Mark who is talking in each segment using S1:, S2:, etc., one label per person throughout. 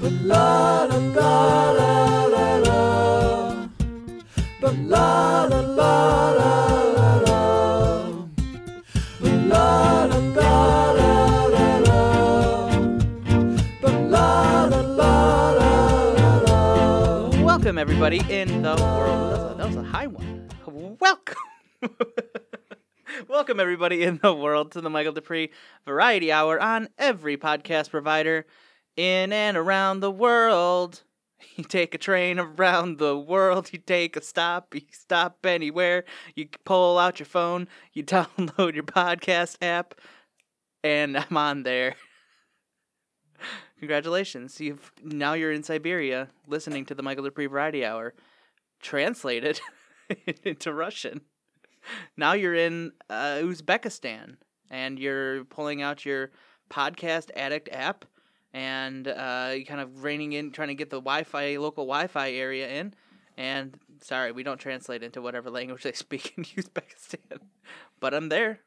S1: la la la la la la. But la la la la la la. But la la la la la la. But la la la la la la.
S2: Welcome, everybody, in the world. That was a, that was a high one. Welcome. Welcome, everybody, in the world to the Michael Dupree Variety Hour on every podcast provider in and around the world. You take a train around the world, you take a stop, you stop anywhere, you pull out your phone, you download your podcast app, and I'm on there. Congratulations. You've now you're in Siberia listening to the Michael Dupree Variety Hour translated into Russian. Now you're in uh, Uzbekistan and you're pulling out your podcast addict app and uh, you kind of reining in trying to get the Wi-Fi local Wi-Fi area in and sorry, we don't translate into whatever language they speak in Uzbekistan. But I'm there.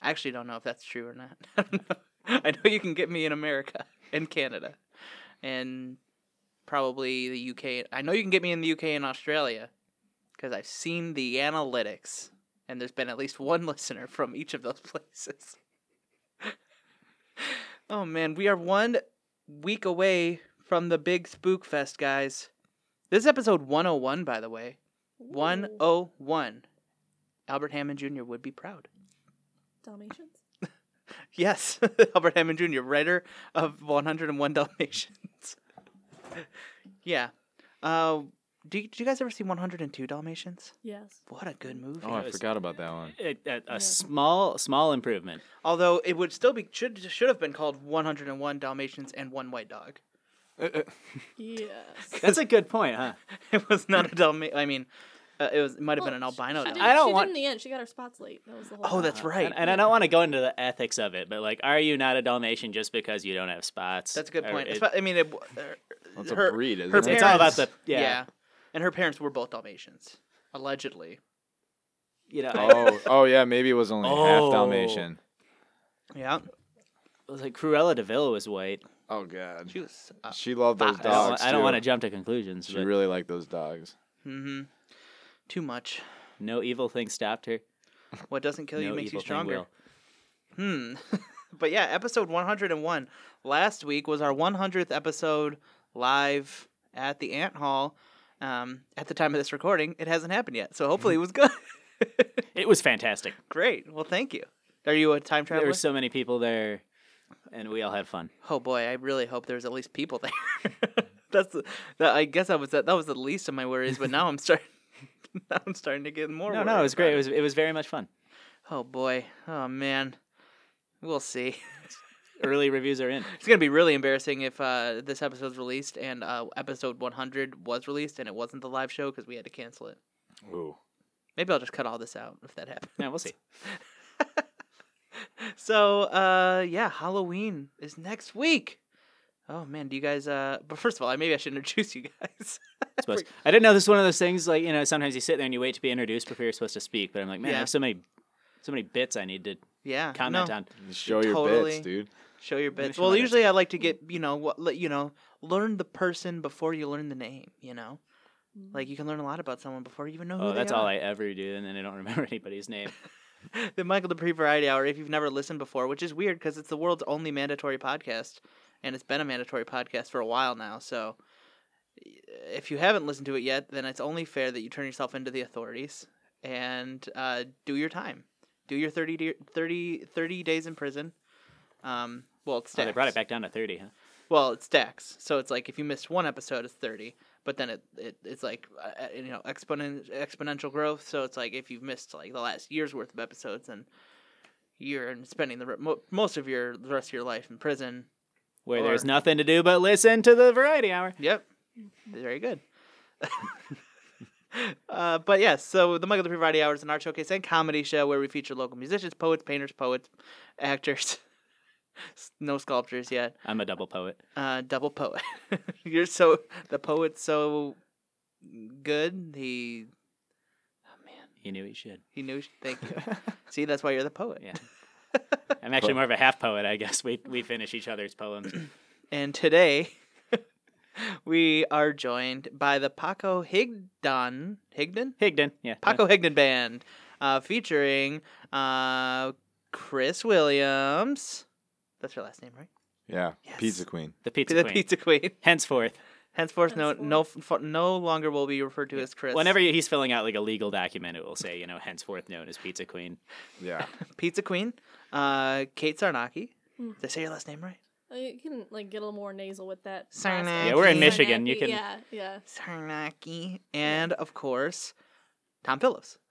S2: I actually don't know if that's true or not. I don't know. I know you can get me in America and Canada and probably the UK. I know you can get me in the UK and Australia because I've seen the analytics and there's been at least one listener from each of those places. oh man, we are one week away from the big spook fest, guys. This is episode 101, by the way. 101. Albert Hammond Jr. would be proud.
S3: Dalmatians?
S2: Yes, Albert Hammond Jr., writer of 101 Dalmatians. yeah. Uh, do, you, do you guys ever see 102 Dalmatians?
S3: Yes.
S2: What a good movie.
S4: Oh, I forgot about that one.
S5: a, a, a small small improvement.
S2: Although it would still be should should have been called 101 Dalmatians and One White Dog.
S3: Yes.
S5: That's a good point, huh?
S2: It was not a Dalmatian. I mean, uh, it was it might have been an albino
S3: She
S2: dog.
S3: did,
S5: I don't
S3: she
S5: want-
S3: Did in the end, she got her spots late. That was the whole.
S2: Oh, that's
S3: thing.
S2: right.
S5: Uh, And, and I don't want to go into the ethics of it, but like, are you not a Dalmatian just because you don't have spots?
S2: That's a good
S5: Or
S2: point.
S5: it-
S2: Espe- I mean, it, w- uh,
S4: That's a
S2: her-
S4: breed,
S2: her
S4: isn't it?
S2: parents,
S5: It's all about the- yeah.
S2: and her parents were both Dalmatians, allegedly.
S5: you know, I
S4: Oh, oh yeah, maybe it was only half
S5: Oh.
S4: Dalmatian.
S2: Yeah,
S5: was like Cruella Deville was white.
S4: Oh god,
S2: she was. Uh,
S4: she loved those
S2: I
S5: I don't,
S4: dogs.
S5: wa- I don't
S4: too.
S5: want to jump to conclusions.
S4: She
S5: but
S4: really liked those dogs.
S2: mm-hmm. Too much.
S5: No evil thing stopped her.
S2: What doesn't kill you
S5: no
S2: makes you
S5: evil thing
S2: stronger.
S5: will.
S2: Hmm. but yeah, episode 101. Last week was our 100th episode live at the Ant Hall. Um, at the time of this recording, it hasn't happened yet. So
S5: Mm-hmm.
S2: hopefully it was good.
S5: It was fantastic.
S2: Great. Well, thank you. Are you a time
S5: There
S2: traveler?
S5: were so many people there, and we all had fun.
S2: oh boy, I really hope there's at least people there. That's the, that, I guess I was that, that was the least of my worries, but now I'm starting. now I'm starting to get more.
S5: No, no,
S2: worried
S5: it was
S2: about
S5: great. It was it was very much fun.
S2: Oh boy. Oh man. We'll see.
S5: Early reviews are in.
S2: It's gonna be really embarrassing if uh, this episode's released and uh, episode 100 was released and it wasn't the live show because we had to cancel it.
S4: Ooh,
S2: Maybe I'll just cut all this out if that happens.
S5: Yeah, we'll see.
S2: So uh, yeah, Halloween is next week. Oh man, do you guys? Uh, but first of all, I maybe I should introduce you guys.
S5: I suppose. I didn't know this was one of those things like you know sometimes you sit there and you wait to be introduced before you're supposed to speak. But I'm like, man,
S2: Yeah.
S5: I have so many, so many bits I need to
S2: yeah,
S5: comment
S2: no,
S5: on.
S4: show your
S2: Totally.
S4: bits, dude.
S2: Show your
S5: me
S2: bits.
S5: show
S2: Well,
S5: my bits.
S2: usually I like to get you know what let- you know learn the person before you learn the name. You know,
S3: Mm-hmm.
S2: like you can learn a lot about someone before you even know who
S5: Oh,
S2: they
S5: that's
S2: are.
S5: all I ever do, and then I don't remember anybody's name.
S2: the Michael Dupree Variety Hour, if you've never listened before, which is weird because it's the world's only mandatory podcast, and it's been a mandatory podcast for a while now. So, if you haven't listened to it yet, then it's only fair that you turn yourself into the authorities and uh, do your time. Do your 30, de- 30, 30 days in prison. Um, well, it's
S5: Oh,
S2: stacks.
S5: they brought it back down to thirty, huh?
S2: Well, it stacks. So it's like if you missed one episode, it's 30. But then it, it it's like uh, uh, you know exponent, exponential growth. So it's like if you've missed like the last year's worth of episodes, and you're in- spending the re- mo- most of your the rest of your life in prison.
S5: Where there's
S2: Or-
S5: nothing to do but listen to the variety hour.
S2: Yep, very good. uh, but yes, so the Michael Dupree Variety Hour is an art showcase and comedy show where we feature local musicians, poets, painters, poets, actors. no sculptures yet.
S5: I'm a double poet.
S2: Uh, double poet. You're so the poet's so good. He
S5: You knew he should.
S2: he knew. Thank you. See, that's why you're the poet.
S5: Yeah. I'm actually more of a half poet, I guess. We we finish each other's poems.
S2: And today we are joined by the Paco Higdon Higdon?
S5: Higdon. Yeah.
S2: Paco Higdon band. Uh, featuring uh, Chris Williams. That's her last name, right?
S4: Yeah.
S2: Yes.
S4: Pizza Queen.
S5: The pizza
S2: the
S5: queen.
S2: Pizza Queen.
S5: Henceforth,
S2: Henceforth, no, no, f- no longer will be referred to as Chris.
S5: whenever he's filling out like a legal document, it will say, you know, henceforth known as Pizza Queen.
S4: Yeah.
S2: Pizza Queen, uh, Kate Sarnacki.
S3: Mm.
S2: Did I say your last name right?
S3: Uh, You can like get a little more nasal with that. last
S2: Sarnak.
S3: name.
S2: Yeah, we're in
S5: Michigan, you
S3: Sarnacki,
S5: can-
S3: Yeah, yeah.
S2: Sarnacki, and of course, Tom Phillips.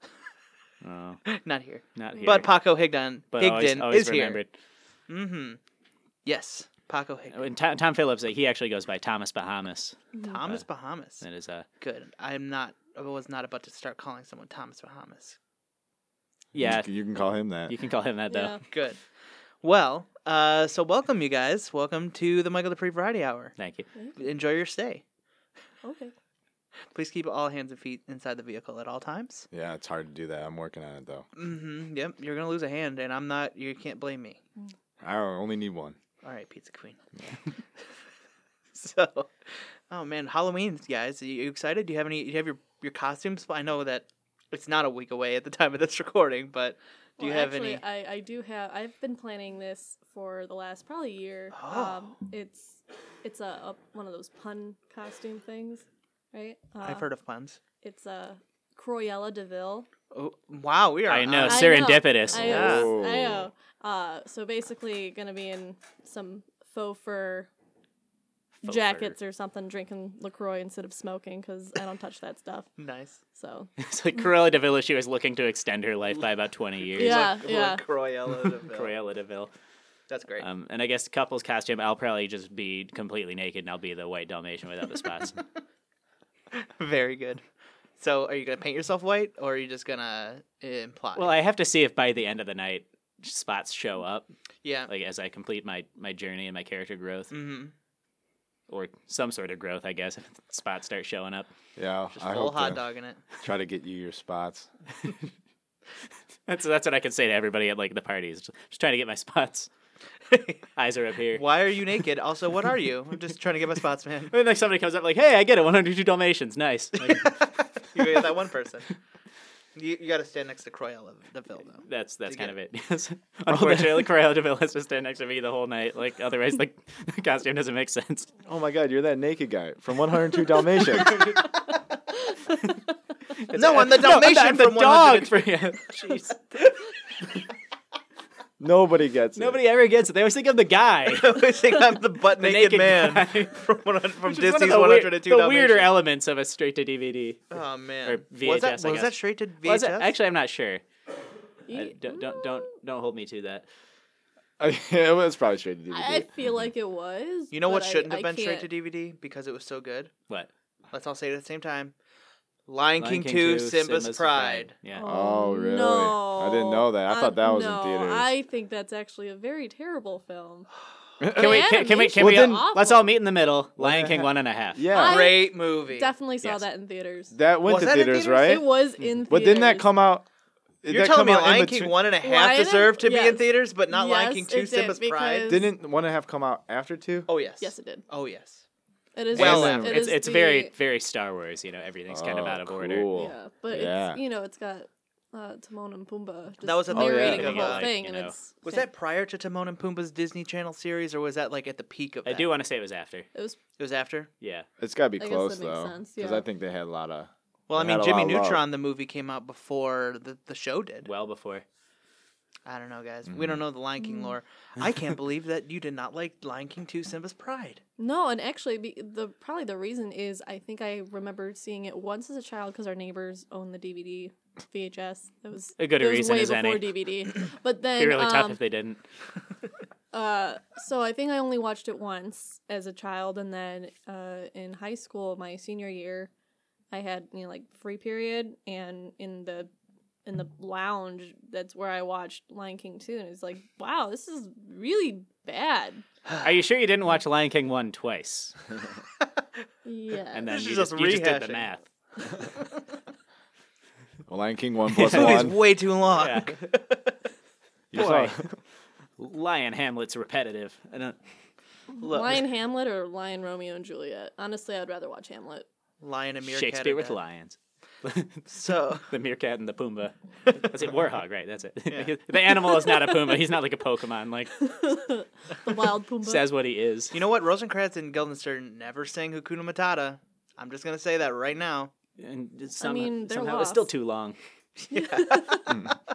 S5: Oh,
S2: Not here,
S5: not here.
S2: but Paco Higdon.
S5: But
S2: Higdon
S5: always, always
S2: is
S5: remembered.
S2: here. Mm-hmm. Yes, Paco Higdon.
S5: Oh, And Tom, Tom Phillips, uh, he actually goes by Thomas Bahamas.
S3: Mm-hmm.
S2: Thomas Bahamas.
S5: That is uh,
S2: Good. I'm not. I was not about to start calling someone Thomas Bahamas.
S5: yeah,
S4: You, you can call him that.
S5: you can call him that though.
S3: Yeah.
S2: Good. Well, uh, so welcome you guys. Welcome to the Michael Dupree Variety Hour.
S5: Thank you.
S2: Enjoy your stay.
S3: Okay.
S2: Please keep all hands and feet inside the vehicle at all times.
S4: Yeah, it's hard to do that. I'm working on it though.
S2: Mm-hmm. Yep, you're gonna lose a hand, and I'm not. You can't blame me.
S4: I only need one.
S2: All right, Pizza Queen. so, oh man, Halloween, guys. Are you excited? Do you have any? Do you have your your costumes? I know that it's not a week away at the time of this recording, but do you
S3: Well,
S2: have
S3: actually, uh,
S2: any?
S3: I, I do have. I've been planning this for the last probably year.
S2: Oh.
S3: Um, it's it's a, a one of those pun costume things, right? Uh,
S2: I've heard of puns.
S3: It's a Cruella Deville.
S2: Oh, wow, we are.
S5: I know,
S2: on-
S3: I
S5: serendipitous.
S3: I
S2: Yeah.
S3: know. I
S4: Oh.
S3: know. Uh, so basically, gonna be in some faux fur
S5: Faux
S3: jackets or something, drinking Lacroix instead of smoking because I don't touch that stuff.
S2: Nice.
S3: So
S5: It's like Cruella Deville. She was looking to extend her life by about twenty years.
S3: Yeah.
S2: Cruella de Vil.
S5: Cruella Deville.
S2: That's great.
S5: Um, and I guess couples costume, I'll probably just be completely naked, and I'll be the white Dalmatian without the spots.
S2: Very good. So, are you gonna paint yourself white, or are you just gonna eh, imply?
S5: well, I have to see if by the end of the night spots show up,
S2: yeah.
S5: like as I complete my my journey and my character growth,
S2: mm-hmm.
S5: or some sort of growth, I guess. If spots start showing up,
S4: Yeah,
S2: Just
S4: I
S2: full
S4: hope
S2: hot
S4: to
S2: dog in it.
S4: try to get you your spots.
S5: that's that's what I can say to everybody at like the parties. Just, just trying to get my spots. Eyes are up here.
S2: Why are you naked? Also, what are you? I'm just trying to get my spots, man.
S5: And then like somebody comes up like, "Hey, I get it, 102 Dalmatians, nice." Like,
S2: you got that one person. You, you got to stand next to Cruella the Vil though.
S5: that's that's
S2: To
S5: kind
S2: get
S5: of it. Yes. Unfortunately, Cruella Deville has to stand next to me the whole night. Like otherwise, like the costume doesn't make sense.
S4: Oh my god, you're that naked guy from 102 Dalmatians.
S2: no, I'm the
S5: No, I'm
S2: Dalmatian
S5: the- I'm the
S2: from 100
S5: dog for you. Jeez.
S4: Nobody gets it.
S5: Nobody ever gets it. They always think I'm the guy.
S2: I always think I'm the butt
S5: The
S2: naked, man
S5: guy.
S2: from 100 from
S5: Which is
S2: Disney's
S5: one of the, weir-
S2: 102
S5: the
S2: Dalmatians.
S5: weirder elements of a straight to DVD.
S2: Oh man,
S5: or
S2: was that
S5: VHS, I
S2: was that
S5: guess.
S2: straight to VHS?
S5: Was it- Actually, I'm not sure. I-
S3: ye- mm,
S5: don't, don't don't don't hold me to that.
S4: it was probably straight to DVD.
S3: I feel like it was.
S2: you know what
S3: but I-
S2: shouldn't
S3: I
S2: have been straight to
S3: can't-
S5: e-
S2: DVD because it was so good.
S5: What?
S2: Let's all say it at the same time. Lion, King,
S5: Lion
S2: 2,
S5: 2,
S2: Simba's, Pride.
S5: Yeah.
S4: Oh, really?
S3: No.
S4: I didn't know that. I thought that was in
S3: no,
S4: theaters.
S3: I think that's actually a very terrible film. Oh,
S5: Can we can, can we can we
S4: Well,
S5: all-
S3: then-
S5: let's all meet in the middle? Lion
S4: the
S5: King
S4: heck?
S5: one and a half.
S4: yeah,
S3: I-
S2: Great movie.
S3: Definitely saw
S5: Yes. Hmm.
S3: that in theaters.
S4: that went
S2: Was
S4: to
S2: that in
S4: theaters,
S2: theaters?
S4: right?
S3: It was in theaters.
S4: But didn't that come out? did
S2: You're
S4: that
S2: telling
S4: come
S2: me
S4: out in
S2: Lion
S4: between-
S2: King one and a half
S3: Lion-
S2: deserved to be in
S3: yes.
S2: theaters, but not Lion
S3: Yes,
S2: King two,
S3: it did,
S2: Simba's Pride.
S3: because-
S4: Didn't one and a half come out after two?
S2: Oh yes.
S3: Yes, it did.
S2: Oh yes.
S3: It is.
S5: Well,
S2: Well,
S3: it is
S5: it's it's
S3: the-
S5: very very Star Wars. You know, everything's kind of
S4: Oh,
S5: out of order.
S4: cool.
S3: Yeah, but
S4: Yeah.
S3: it's you know it's got uh, Timon and Pumbaa. Just
S2: That was at the
S3: narrating
S4: beginning
S3: the
S4: of
S3: whole
S5: it,
S3: thing,
S5: you
S3: and
S5: know.
S3: it's
S2: Was that prior to Timon and Pumbaa's Disney Channel series, or was that like at the peak of?
S5: I
S2: that?
S5: do want to say it was after.
S3: It was
S2: It was after.
S5: Yeah.
S4: It's got to be
S3: I guess that
S4: close
S3: makes
S4: though,
S3: sense,
S4: because
S3: yeah.
S4: I think they had a lot of.
S2: Well, I
S4: It
S2: mean,
S4: had a
S2: Jimmy
S4: lot of love.
S2: Neutron, the movie came out before the, the show did.
S5: Well before.
S2: I don't know, guys. We don't know the Lion King lore. I can't believe that you did not like Lion King 2 Simba's Pride.
S3: no, and actually be, the probably the reason is I think I remember seeing it once as a child because our neighbors owned the DVD. VHS. That was
S5: A good
S3: that was
S5: reason
S3: way
S5: as any.
S3: before DVD. But then
S5: It'd be really tough
S3: um,
S5: if they didn't.
S3: Uh, so I think I only watched it once as a child, and then uh, in high school, my senior year, I had you know like free period, and in the in the lounge, that's where I watched Lion King two, and it's like, wow, this is really bad.
S5: Are you sure you didn't watch Lion King one twice?
S3: Yeah,
S5: And then
S2: This
S5: you
S2: is
S5: just,
S2: just
S5: you just did the
S2: rehashing.
S5: math.
S4: Well, Lion King one
S2: This
S4: plus
S2: movie's
S4: one.
S2: way too long.
S5: Yeah.
S4: You
S5: Boy.
S4: saw-
S5: Lion Hamlet's repetitive. I don't.
S2: Look,
S3: Lion Hamlet or Lion Romeo and Juliet? Honestly, I'd rather watch Hamlet.
S2: lion and meerkat.
S5: Shakespeare
S2: are
S5: with
S2: dead.
S5: lions.
S2: So
S5: The meerkat and the Pumbaa. That's it. Warhog, right? That's it. the animal is not a Pumbaa. He's not like a Pokemon. Like
S3: The Wild Pumbaa.
S5: says what he is.
S2: you know what? Rosencrantz and Guildenstern never sang Hakuna Matata. I'm just gonna say that right now.
S5: And it's some,
S3: mean, they're
S5: somehow it's still
S3: lost.
S5: too long.
S2: Oh,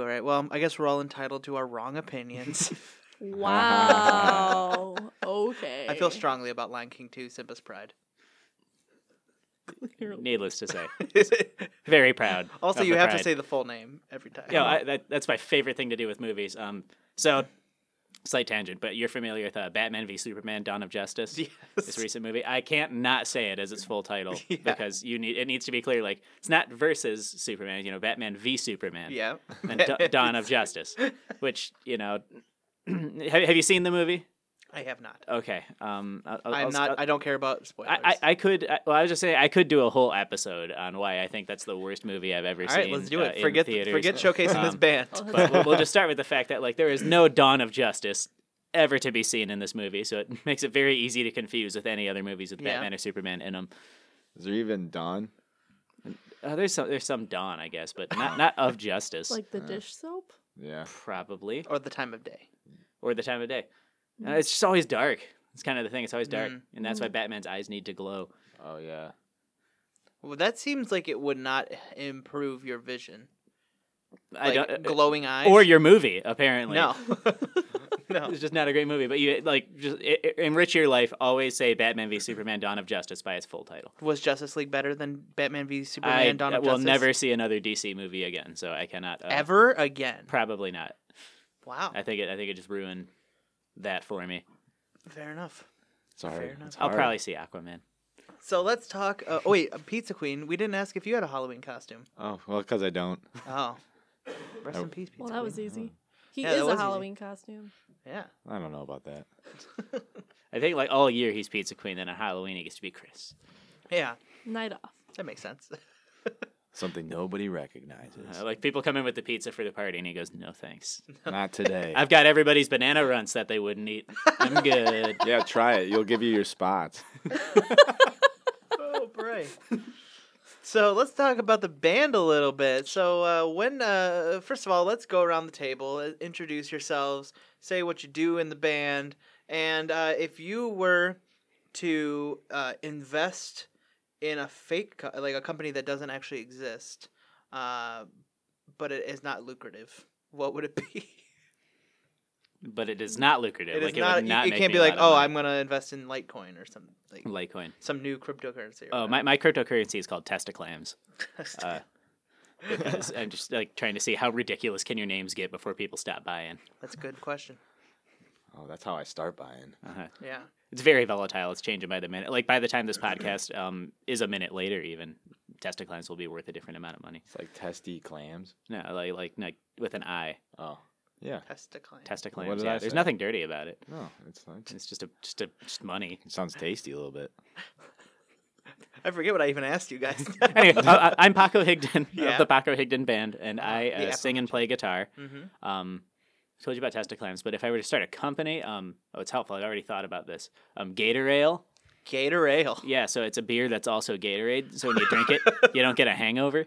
S2: All right. Well, I guess we're all entitled to our wrong opinions.
S5: uh-huh.
S3: wow. okay.
S2: I feel strongly about Lion King 2, Simba's Pride.
S5: Needless to say, very proud.
S2: also,
S5: of
S2: you
S5: the
S2: have to
S5: pride.
S2: say the full name every time.
S5: No, I, that, that's my favorite thing to do with movies. Um, so slight tangent, but you're familiar with uh, Batman v Superman: Dawn of Justice?
S2: Yes.
S5: This recent movie, I can't not say it as its full title because you need it needs to be clear. Like it's not versus Superman, you know, Batman v Superman.
S2: Yeah.
S5: And Da- Dawn of Justice, which you know, have, have you seen the movie?
S2: I have not.
S5: Okay. Um, I'll, I'll-
S2: I'm
S5: I'll-
S2: not. I don't care about spoilers.
S5: I, I, I could. I, well, I was just saying I could do a whole episode on why I think that's the worst movie I've ever
S2: All
S5: seen.
S2: right, let's do
S5: uh,
S2: it.
S5: in
S2: forget
S5: theaters.
S2: forget showcasing this
S5: Um,
S2: band.
S3: Oh,
S5: But we'll, we'll just start with the fact that like there is no dawn of justice ever to be seen in this movie, so it makes it very easy to confuse with any other movies with
S2: Yeah.
S5: Batman or Superman in them.
S4: Is there even dawn?
S5: Uh, there's some there's some dawn, I guess, but not not of justice.
S3: like the dish soap.
S4: Yeah.
S5: probably
S2: or the time of day.
S5: or the time of day. Uh, it's just always dark. It's kind of the thing. It's always
S2: Mm.
S5: dark, and that's why Batman's eyes need to glow.
S4: Oh yeah.
S2: Well, that seems like it would not improve your vision.
S5: I
S2: Like,
S5: don't. uh,
S2: glowing eyes
S5: or your movie, apparently.
S2: no, no.
S5: It's just not a great movie, but you like just i i- enrich your life. Always say Batman v Superman: Dawn of Justice by its full title.
S2: Was Justice League better than Batman v Superman?
S5: I uh,
S2: Dawn
S5: will
S2: of Justice?
S5: never see another DC movie again, so I cannot uh,
S2: ever again.
S5: Probably not.
S2: Wow,
S5: I think it. I think it just ruined that for me.
S2: fair enough.
S4: Sorry.
S2: Fair enough.
S5: I'll probably see Aquaman.
S2: So let's talk. Uh, oh wait, Pizza Queen. We didn't ask if you had a Halloween costume.
S4: Oh well, because I don't.
S2: Oh, rest in peace, Pizza
S3: Well, that was
S2: Queen.
S3: easy. He
S2: Yeah, that
S3: is
S2: was
S3: a
S2: easy.
S3: Halloween costume.
S2: yeah.
S4: I don't know about that.
S5: I think like all year he's Pizza Queen, then on Halloween he gets to be Chris.
S2: Yeah,
S3: Night off.
S2: that makes sense.
S4: Something nobody recognizes.
S5: Uh, like people come in with the pizza for the party, and he goes, "No thanks.
S4: Not today.
S5: I've got everybody's banana runts that they wouldn't eat. I'm good."
S4: yeah, try it. You'll give you your spots.
S2: oh boy. So let's talk about the band a little bit. So uh, when, uh, first of all, let's go around the table, uh, introduce yourselves, say what you do in the band, and uh, if you were to uh, invest in a fake, co- like a company that doesn't actually exist, uh, but it is not lucrative, what would it be?
S5: But it is not lucrative.
S2: It is
S5: like it
S2: not.
S5: would not
S2: you, you
S5: make
S2: can't
S5: me
S2: be
S5: a
S2: like,
S5: lot of
S2: oh,
S5: money."
S2: I'm gonna invest in Litecoin or something, like
S5: Litecoin.
S2: some new cryptocurrency. or
S5: Hmm. Oh,
S2: whatever.
S5: my, my cryptocurrency is called Testaclams. Uh, because I'm just like trying to see how ridiculous can your names get before people stop buying.
S2: That's a good question.
S4: Oh, that's how I start buying.
S2: Yeah.
S5: uh-huh. It's very volatile. It's changing by the minute. Like by the time this podcast um, is a minute later, even Testaclams will be worth a different amount of money.
S4: It's like testy clams.
S5: No, like like, like with an I,
S4: Oh, yeah.
S2: Testicline.
S5: Testaclams.
S4: What did
S5: yeah,
S4: I
S5: there's
S4: say?
S5: nothing dirty about it.
S4: No, it's not.
S5: It's just a just a just money.
S4: It sounds tasty a little bit.
S2: I forget what I even asked you guys.
S5: Anyway, I, I- I'm Paco Higdon
S2: Yeah.
S5: of the Paco Higdon Band, and I uh,
S2: the
S5: sing and play guitar.
S2: Mm-hmm.
S5: Um, I told you about Testaclams, but if I were to start a company, um, oh, it's helpful. I'd already thought about this. Um, Gator Ale.
S2: Gator ale.
S5: Yeah, so it's a beer that's also Gatorade. So when you drink it, you don't get a hangover.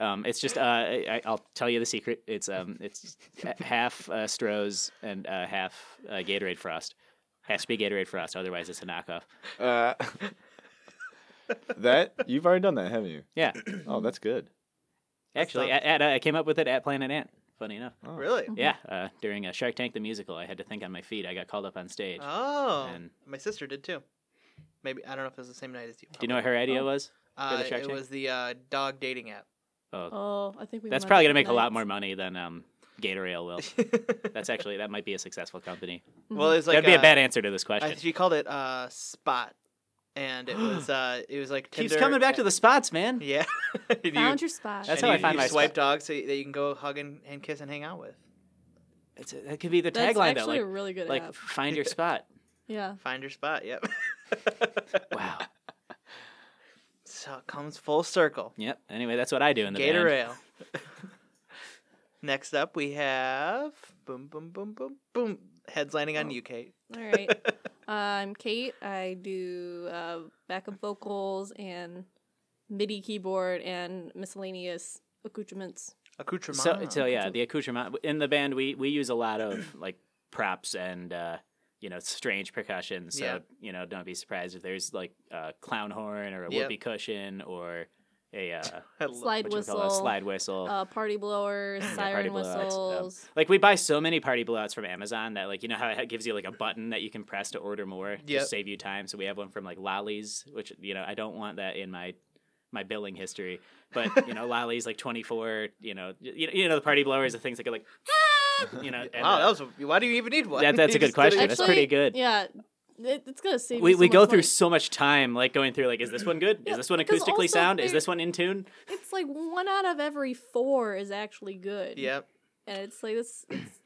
S5: Um, it's just uh, I, I'll tell you the secret. It's um, it's h- half uh, Stroh's and uh, half uh, Gatorade Frost. Has to be Gatorade Frost, otherwise it's a knockoff.
S4: Uh, that you've already done that, haven't you?
S5: Yeah,
S4: Oh, that's good.
S5: actually,
S2: not-
S5: at, at, uh, I came up with it at Planet Ant. Funny enough,
S4: Oh.
S2: Really?
S5: yeah. Uh, during uh, Shark Tank the musical, I had to think on my feet. I got called up on stage.
S2: Oh.
S5: And-
S2: My sister did too. Maybe I don't know if it was the same night as you.
S5: Do you know what her idea was?
S2: Uh,
S5: the Shark
S2: it
S5: Tank?
S2: was the uh, dog dating app.
S5: Oh,
S3: Oh, I think we.
S5: that's
S3: might
S5: probably
S3: be
S5: gonna make a lot
S3: nice.
S5: more money than um, Gator Ale will. that's actually that might be a successful company.
S2: Well, it was like
S5: That'd be a
S2: uh,
S5: bad answer to this question.
S2: I, she called it uh, Spot, and it was uh, it was like Tinder.
S5: Keeps coming back to the spots, man.
S2: Yeah. And
S3: Found
S2: you,
S3: your spot.
S5: That's
S2: and
S5: how I
S2: you-
S5: find
S2: you
S5: my
S2: swipe
S5: spot.
S2: dogs so that you can go hug and, and kiss and hang out with.
S5: It's that could be the
S3: That's
S5: tagline though.
S3: actually
S5: Like,
S3: a really good
S5: like
S3: app.
S5: find your spot.
S3: Yeah.
S2: Find your spot. Yep.
S5: wow.
S2: so it comes full circle.
S5: Yep. Anyway, that's what I do in the
S2: Gator
S5: band.
S2: ale. Next up, we have boom, boom, boom, boom, boom. Heads landing
S5: Oh.
S2: on you, Kate.
S3: All right. Uh, I'm Kate. I do uh, backup vocals and MIDI keyboard and miscellaneous accoutrements.
S2: Accoutrement.
S5: So, so yeah, the accoutrement in the band we we use a lot of like props and uh, you know strange percussion. So
S2: Yeah.
S5: you know, don't be surprised if there's like a clown horn or a
S2: Yep.
S5: whoopee cushion or a uh,
S2: I lo-
S3: Slide
S5: what you
S3: whistle.
S5: call a slide whistle.
S3: Uh, party blowers,
S5: party
S3: siren
S5: blowouts, um,
S3: whistles.
S5: like we buy so many party blowouts from Amazon that like you know how it gives you like a button that you can press to order more to
S2: Yep.
S5: save you time. So we have one from like Lolly's, which you know I don't want that in my my billing history. But you know Lolly's like twenty four. You know you, you know the party blowers are things that go like you know. and,
S2: Wow,
S5: uh,
S2: that was. a- Why do you even need one?
S5: That- that's a
S2: You
S5: good
S2: just did it
S5: question.
S2: yourself.
S5: that's pretty good.
S3: Yeah. It, it's going to save
S5: we,
S3: you so
S5: we go
S3: much
S5: through
S3: money.
S5: so much time like going through like is this one good
S3: Yeah,
S5: is this one
S3: because also
S5: acoustically sound is
S3: there-
S5: this one in tune
S3: It's like one out of every four is actually good.
S2: Yep.
S3: And it's like this. It's,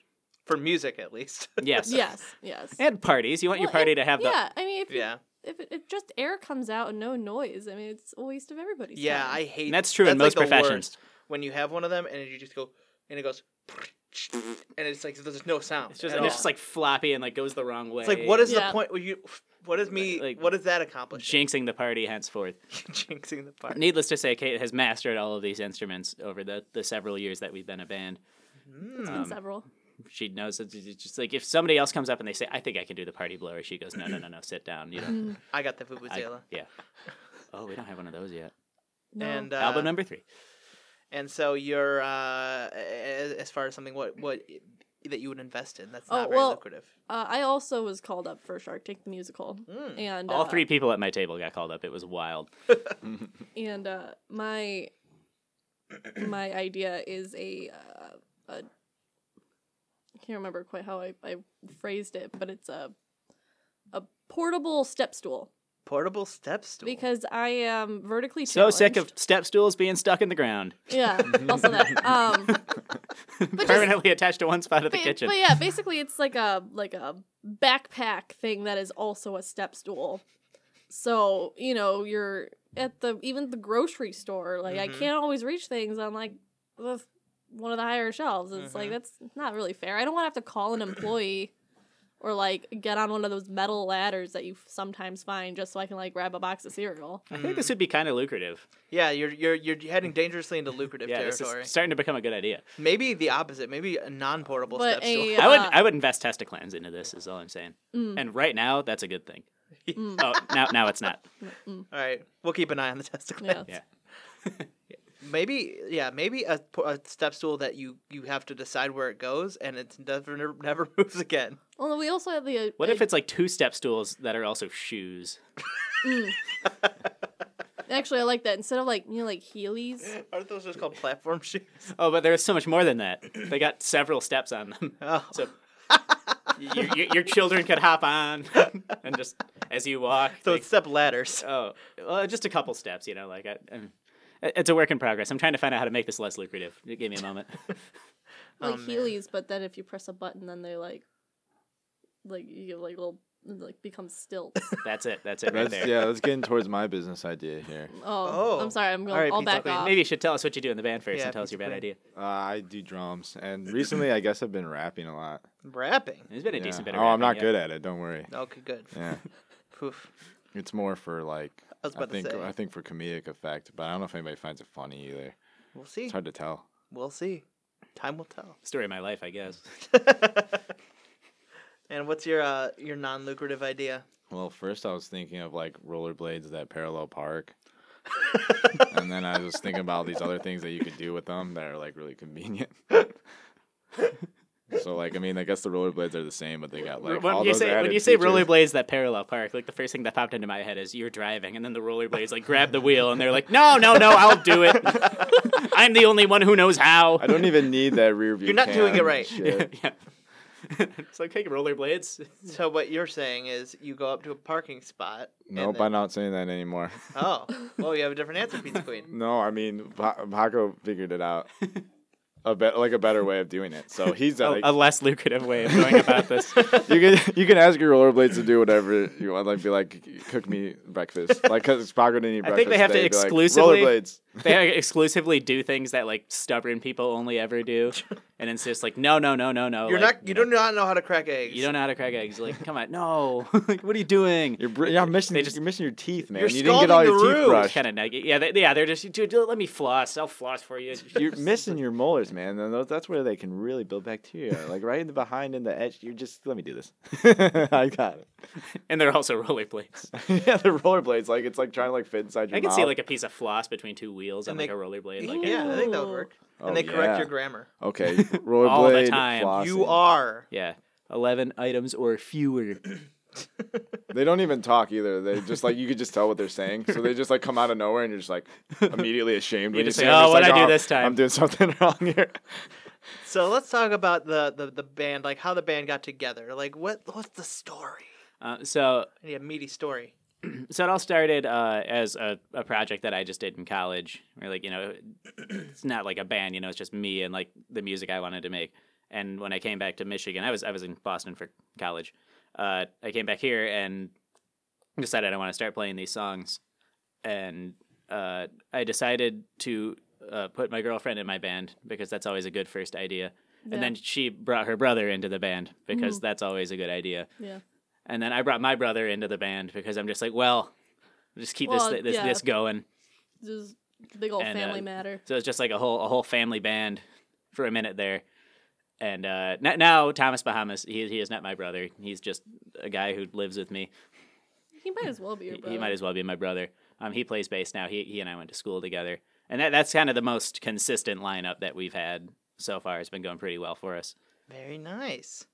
S2: For music, at least.
S5: yes
S3: yes. Yes.
S5: and parties you want your
S3: Well,
S5: party
S3: and-
S5: to have the
S3: Yeah. I mean, if, you-
S2: yeah.
S3: if, it- if just air comes out and no noise, I mean, it's a waste of everybody's
S2: Yeah,
S3: time.
S2: I hate.
S5: And that's true in most
S2: the
S5: professions.
S2: worst, When you have one of them and you just go and it goes, and it's like there's no sound.
S5: it's just
S2: at
S5: and it's
S2: all.
S5: just like floppy and like goes the wrong way
S2: It's like, what is
S3: Yeah.
S2: the point? Where you, what is me?
S5: Like-
S2: what does that accomplish?
S5: jinxing the party henceforth
S2: Jinxing the party.
S5: needless to say kate has mastered all of these instruments over the, the several years that we've been a band
S2: Mm,
S3: It's been
S5: um,
S3: several.
S5: she knows that it's just like if somebody else comes up and they say i think i can do the party blower she goes no no no no sit down you know
S3: Mm,
S2: I got the
S5: I-
S2: vuvuzela.
S5: yeah oh we don't have one of those yet
S3: No.
S2: And uh,
S5: album number three
S2: And so you're uh, as, as far as something what what that you would invest in that's
S3: Oh,
S2: not very
S3: well-
S2: lucrative.
S3: Uh, I also was called up for Shark Tank the musical,
S2: Mm.
S3: and
S5: all
S3: uh,
S5: three people at my table got called up it was wild
S4: Mm-hmm.
S3: And uh, my my idea is a uh, a I can't remember quite how I, I phrased it, but it's a a portable step stool
S2: Portable step stool.
S3: because I am vertically
S5: so sick of
S3: challenged.
S5: step stools being stuck in the ground
S3: yeah. Also that um, just-
S5: permanently attached to one spot of the
S3: but,
S5: kitchen.
S3: but yeah, basically it's like a like a backpack thing that is also a step stool. So you know you're at the even the grocery store. Like
S5: Mm-hmm.
S2: Mhm.
S3: I can't always reach things on like the, f- one of the higher shelves. It's
S2: Mhm.
S5: Mm-hmm.
S3: like that's not really fair. I don't want to have to call an employee. Or like get on one of those metal ladders that you f- sometimes find just so I can like grab a box of cereal.
S5: I think this would be kind of lucrative.
S2: Mm. yeah, you're you're you're heading dangerously into lucrative
S5: Yeah, this
S2: territory.
S5: is starting to become a good idea.
S2: Maybe the opposite. Maybe a non-portable
S3: But
S2: step stool.
S3: a-
S5: I would
S3: Uh,
S5: I would invest testiclans into this. Is all I'm saying.
S3: Mm.
S5: And right now, that's a good thing.
S3: Mm.
S5: oh, now now it's not.
S2: All right, we'll keep an eye on the testicles.
S3: uh, Yeah.
S5: Yeah.
S2: Maybe yeah, maybe a, po- a step stool that you you have to decide where it goes and it never never, never moves again.
S3: Well, we also have the uh,
S5: What
S3: uh,
S5: if it's like two step stools that are also shoes?
S3: actually I like that instead of like you know like Heelys.
S2: Aren't those just called platform shoes?
S5: Oh, but there's so much more than that. They got several steps on them,
S2: Oh,
S5: so your, your, your children could hop on and just as you walk.
S2: so
S5: they-
S2: it's step ladders.
S5: oh, well, just a couple steps. You know, like I, I'm- it's a work in progress. I'm trying to find out how to make this less lucrative. Give me a moment.
S3: like
S2: Oh, man.
S3: Heelys, but then if you press a button, then they like, like you get, like little like become stilts.
S5: That's it. That's it
S4: That's,
S5: right there.
S4: yeah, that's getting towards my business idea here.
S3: oh,
S2: Oh.
S3: I'm sorry, I'm going
S2: All right,
S3: all
S2: pizza
S3: back
S2: queen.
S3: off.
S5: Maybe you should tell us what you do in the band first
S2: Yeah,
S5: and tell us
S2: pizza
S5: your bad
S2: queen.
S5: idea.
S4: Uh, I do drums, and recently I guess I've been rapping a lot.
S2: Rapping.
S5: It's been a
S4: Yeah.
S5: decent bit
S4: oh,
S5: of
S4: I'm
S5: rapping,
S4: not
S5: yeah.
S4: good at it. Don't worry.
S2: Okay, good.
S4: Yeah,
S2: Poof.
S4: it's more for like
S2: was
S4: I
S2: about to
S4: think uh,
S2: say.
S4: I think for comedic effect, but I don't know if anybody finds it funny either.
S2: We'll see.
S4: It's hard to tell.
S2: We'll see. Time will tell.
S5: Story of my life, I guess.
S4: Mm.
S2: and what's your uh, your non-lucrative idea?
S4: Well, first I was thinking of like rollerblades that parallel park. and then I was thinking about all these other things that you could do with them that are like really convenient. so like I mean I guess the rollerblades are the same, but they got like all
S5: when you
S4: those
S5: say when
S4: added
S5: you say
S4: features.
S5: rollerblades that parallel park, like the first thing that popped into my head is you're driving, and then the rollerblades like grab the wheel, and they're like, "No, no, no, I'll do it. I'm the only one who knows how."
S4: I don't even need that rear view.
S2: You're not doing it
S4: cam
S2: right.
S4: shit.
S5: yeah. it's like, hey, rollerblades.
S2: So what you're saying is you go up to a parking spot. and
S4: Nope,
S2: then-
S4: I'm not saying that anymore.
S2: Oh, well, you have a different answer, Pizza Queen.
S4: No, I mean Pa- Paco figured it out. A bet like a better way of doing it. So he's
S5: A,
S4: like,
S5: a less lucrative way of going about this.
S4: you can you can ask your rollerblades to do whatever you want. Like be like, cook me breakfast. Like because Paco didn't eat breakfast.
S5: think they have to
S4: they'd be like,
S5: exclusively-
S4: rollerblades.
S5: They like, exclusively do things that like stubborn people only ever do, and insist like, no, no, no, no, no.
S2: You're
S5: like,
S2: not. You do not know how to crack eggs.
S5: You don't know how to crack eggs. Like, come on, no. like, what are you doing?
S4: You're, br- you're missing.
S5: They just-
S4: you're missing your teeth, man.
S2: You're
S4: you didn't get all
S2: scalding
S4: your
S2: the
S4: teeth
S2: root.
S4: brushed.
S5: Kind of negative. Yeah, they, yeah. They're just, dude. Let me floss. I'll floss for you.
S4: You're missing your molars, man. And tho- That's where they can really build bacteria. Like right in the behind in the edge. You're just let me do this. I got it.
S5: and they're also rollerblades.
S4: yeah, the rollerblades. Like it's like trying to like fit inside your.
S5: I can see
S4: mouth.
S5: like a piece of floss between two wheels
S2: And
S5: on like
S2: they-
S5: a rollerblade. Like,
S2: Yeah, I think that would work.
S4: Oh,
S2: and they correct
S4: yeah.
S2: your grammar.
S4: Okay, rollerblade
S5: time.
S4: flossing.
S2: You are.
S5: yeah, eleven items or fewer.
S4: They don't even talk either. They just like you could just tell what they're saying. So they just like come out of nowhere and you're just like immediately ashamed.
S5: You
S4: when
S5: just
S4: you
S5: say,
S4: see them.
S5: "Oh,
S4: It's
S5: what'd
S4: like,
S5: I do
S4: "Oh,
S5: this time?"
S4: I'm doing something wrong here.
S2: So let's talk about the, the the band, like how the band got together. Like what what's the story?
S5: Uh, so
S2: I need a meaty story.
S5: so it all started uh, as a, a project that I just did in college. Where like you know, it's not like a band. You know, it's just me and like the music I wanted to make. And when I came back to Michigan, I was I was in Boston for college. Uh, I came back here and decided I want to start playing these songs. And uh, I decided to uh, put my girlfriend in my band because that's always a good first idea.
S3: Yeah.
S5: And then she brought her brother into the band because that's always a good idea.
S3: Yeah.
S5: And then I brought my brother into the band because I'm just like, well, just keep
S3: Well,
S5: this this
S3: yeah.
S5: this going.
S3: This is big old
S5: And, uh,
S3: family matter.
S5: So it's just like a whole a whole family band for a minute there. And uh, n- now Thomas Bahamas, he, he is not my brother. He's just a guy who lives with me.
S3: He might as well be your
S5: He-
S3: brother.
S5: He might as well be my brother. Um, he plays bass now. He he and I went to school together, and that that's kind of the most consistent lineup that we've had so far. It's been going pretty well for us.
S2: Very nice.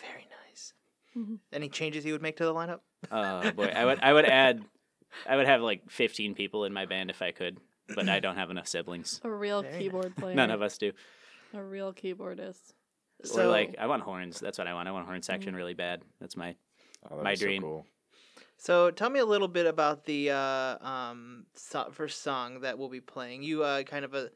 S2: Very nice.
S3: Mhm.
S2: Any changes you would make to the lineup?
S5: Oh boy, I would I would add, I would have like 15 people in my band if I could, but I don't have enough siblings.
S3: A real
S2: Very nice.
S3: keyboard player.
S5: None of us do.
S3: A real keyboardist.
S5: We're
S2: So- Mm-hmm.
S5: like, uh, I want horns. That's what I want. I want a horn section really bad. That's my
S4: Oh, that
S5: My
S4: was so
S5: dream.
S4: cool.
S2: So tell me a little bit about the uh, um, so- first song that we'll be playing. You uh, kind of uh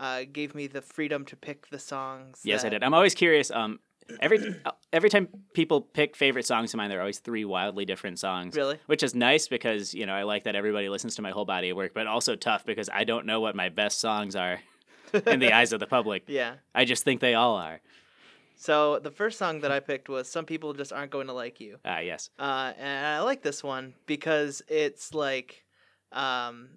S2: uh, gave me the freedom to pick the songs.
S5: Yes, I
S2: that-
S5: did. I'm always curious. Um, every every time people pick favorite songs of mine, they're always three wildly different songs.
S2: Really?
S5: Which is nice because you know I like that everybody listens to my whole body of work, but also tough because I don't know what my best songs are in the eyes of the public.
S2: Yeah.
S5: I just think they all are.
S2: So the first song that I picked was "Some People Just Aren't Going to Like You."
S5: Ah, yes.
S2: Uh, and I like this one because it's like, um,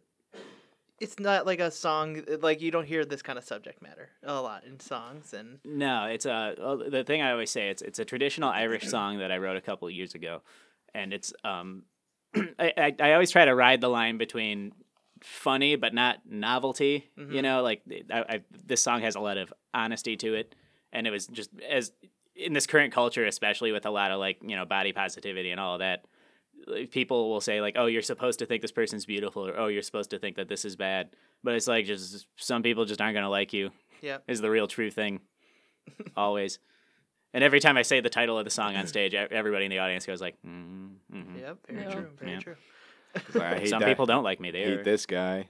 S2: it's not like a song like you don't hear this kind of subject matter a lot in songs, and
S5: No, it's a oh, the thing I always say. It's it's a traditional Irish song that I wrote a couple years ago, and it's um, I, I I always try to ride the line between funny but not novelty. You
S2: Mhm.
S5: know, like I, I, this song has a lot of honesty to it, and it was just as in this current culture, especially with a lot of like you know body positivity and all of that. like, People will say like, "Oh, you're supposed to think this person's beautiful," or "Oh, you're supposed to think that this is bad," but it's like just some people just aren't gonna like you
S2: yeah,
S5: is the real true thing, always. And every time I say the title of the song on stage, e- everybody in the audience goes like, mm, mhm."
S2: yep, very
S3: Yeah.
S2: true, very
S5: Yeah.
S2: true.
S4: It's like, I hate
S5: "Some
S4: that.
S5: people don't like me." They
S4: hate
S5: are-
S4: this guy.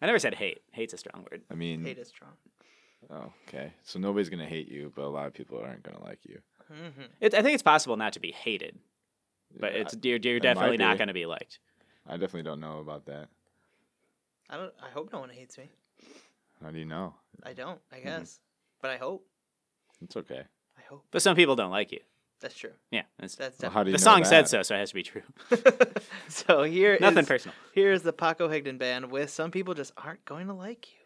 S5: I never said hate. Hate's a strong word.
S4: I mean,
S2: Hate is strong.
S4: oh, okay. So nobody's gonna hate you, but a lot of people aren't gonna like you.
S2: hmm
S5: It, I think it's possible not to be hated, but
S4: Yeah,
S5: it's you're, you're
S4: it might
S5: definitely not
S4: be.
S5: going to be liked.
S4: I, I definitely don't know about that.
S2: I don't. I hope no one hates me.
S4: How do you know?
S2: I don't. I
S4: Mm-hmm.
S2: guess, but I hope.
S4: It's okay.
S2: I hope
S5: But some people don't like you.
S2: that's true.
S5: Yeah, that's,
S2: That's
S4: Well, how do you
S5: the
S4: know
S5: song said
S4: that?
S5: so, so it has to be true.
S2: definitely- so. Here
S5: Nothing
S2: is-
S5: personal.
S2: Here is the Paco Higdon band with "Some People Just Aren't Going to Like You."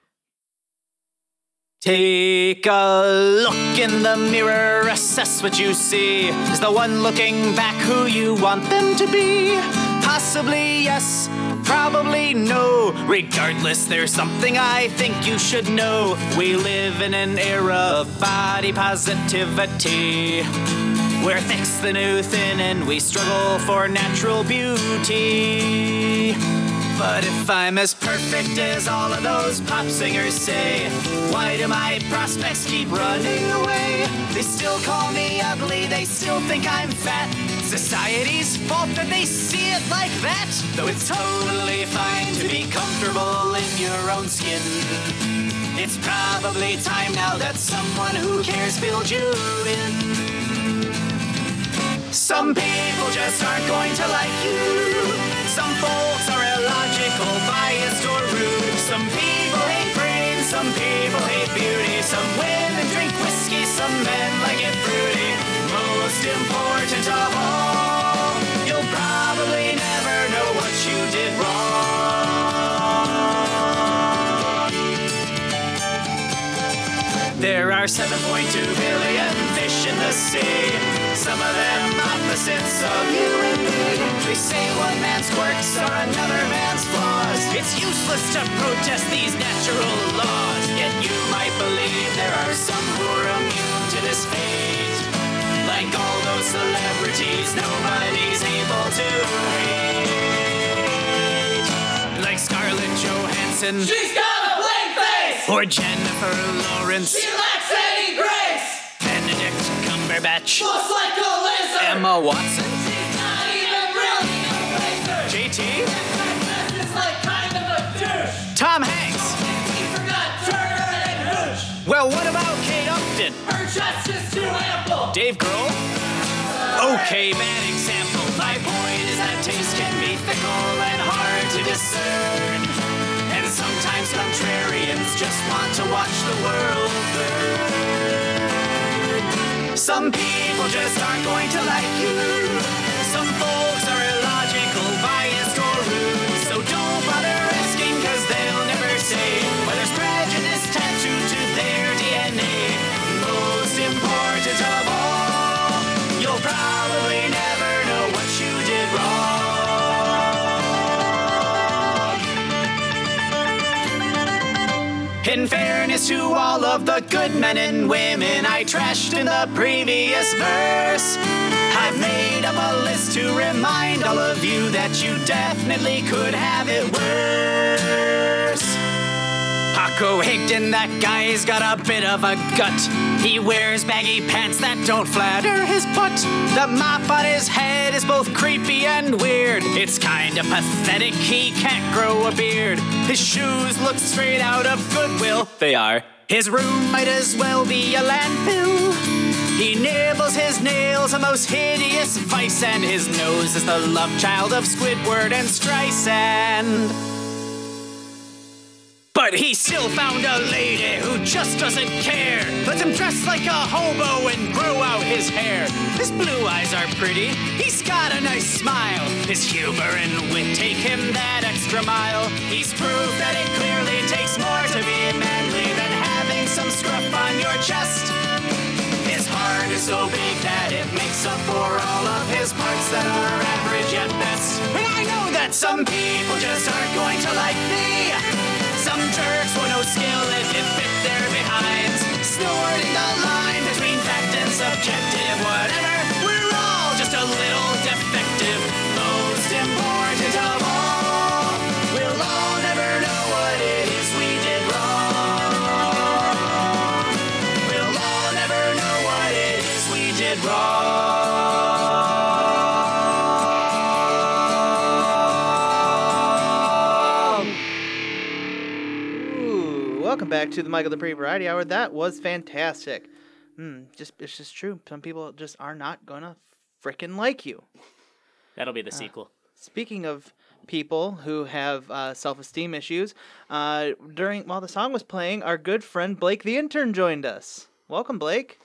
S5: Take a look in the mirror, assess what you see. Is the one looking back who you want them to be? Possibly yes, probably no. Regardless, there's something I think you should know. We live in an era of body positivity. Where thick's the new thin, and we struggle for natural beauty. But if I'm as perfect as all of those pop singers say, why do my prospects keep running away? They still call me ugly, they still think I'm fat. Society's fault that they see it like that. Though it's totally fine to be comfortable in your own skin. It's probably time now that someone who cares filled you in. Some people just aren't going to like you. Some Some folks are illogical, biased or rude. Some people hate brains, some people hate beauty. Some women drink whiskey, some men like it fruity. Most important of all, you'll probably never know what you did wrong. There are 7.2 billion fish in the sea. Some of them opposites of you and me. They say one man's quirks are another man's flaws. It's useless to protest these natural laws. Yet you might believe there are some who are immune to this fate. Like all those celebrities, nobody's able to hate. Like Scarlett Johansson.
S6: She's got a blank face.
S5: Or Jennifer Lawrence.
S6: She lacks any grace.
S5: Benedict Cumberbatch.
S6: Looks like a lizard.
S5: Emma Watson.
S6: She's not even really a racer.
S5: JT.
S6: Her dress is like kind of a douche.
S5: Tom Hanks.
S6: We forgot Turner and Hooch.
S5: Well, what about Kate Upton?
S6: Her chest is too ample.
S5: Dave Grohl? Okay, bad example. My point is that taste can be fickle and hard to discern. And sometimes contrarians just want to watch the world burn. Some people just aren't going to like you. Some folks are illogical, biased, or rude. So don't bother asking, cause they'll never say whether's prejudice tattooed to their DNA. Most important of all, you'll probably never know what you did wrong. In fairness to all of the good men and women I trashed in the previous verse, I've made up a list to remind all of you that you definitely could have it worse. Paco Higdon, that guy's got a bit of a gut. He wears baggy pants that don't flatter his butt. The mop on his head is both creepy and weird. It's kinda pathetic, he can't grow a beard. His shoes look straight out of Goodwill. They are. His room might as well be a landfill. He nibbles his nails, a most hideous vice, and his nose is the love child of Squidward and Streisand. But he still found a lady who just doesn't care. Lets him dress like a hobo and grow out his hair. His blue eyes are pretty. He's got a nice smile. His humor and wit take him that extra mile. He's proved that it clearly takes more to be manly than having some scruff on your chest. His heart is so big that it makes up for all of his parts that are average at best. And I know that some people just aren't going to like me. Some jerks with no skill if it fit their behinds. Snorting the line between fact and subjective, whatever. We're all just a little defective. Most important of all, we'll all never know what it is we did wrong. We'll all never know what it is we did wrong.
S2: Ooh, welcome back to the Michael Dupree Variety Hour. That was fantastic. Hmm, just it's just true. Some people just are not gonna frickin' like you.
S7: That'll
S8: Uh,
S7: be the sequel.
S2: Speaking of people who have uh, self-esteem issues, uh, during while the song was playing, our good friend Blake the intern joined us. Welcome, Blake.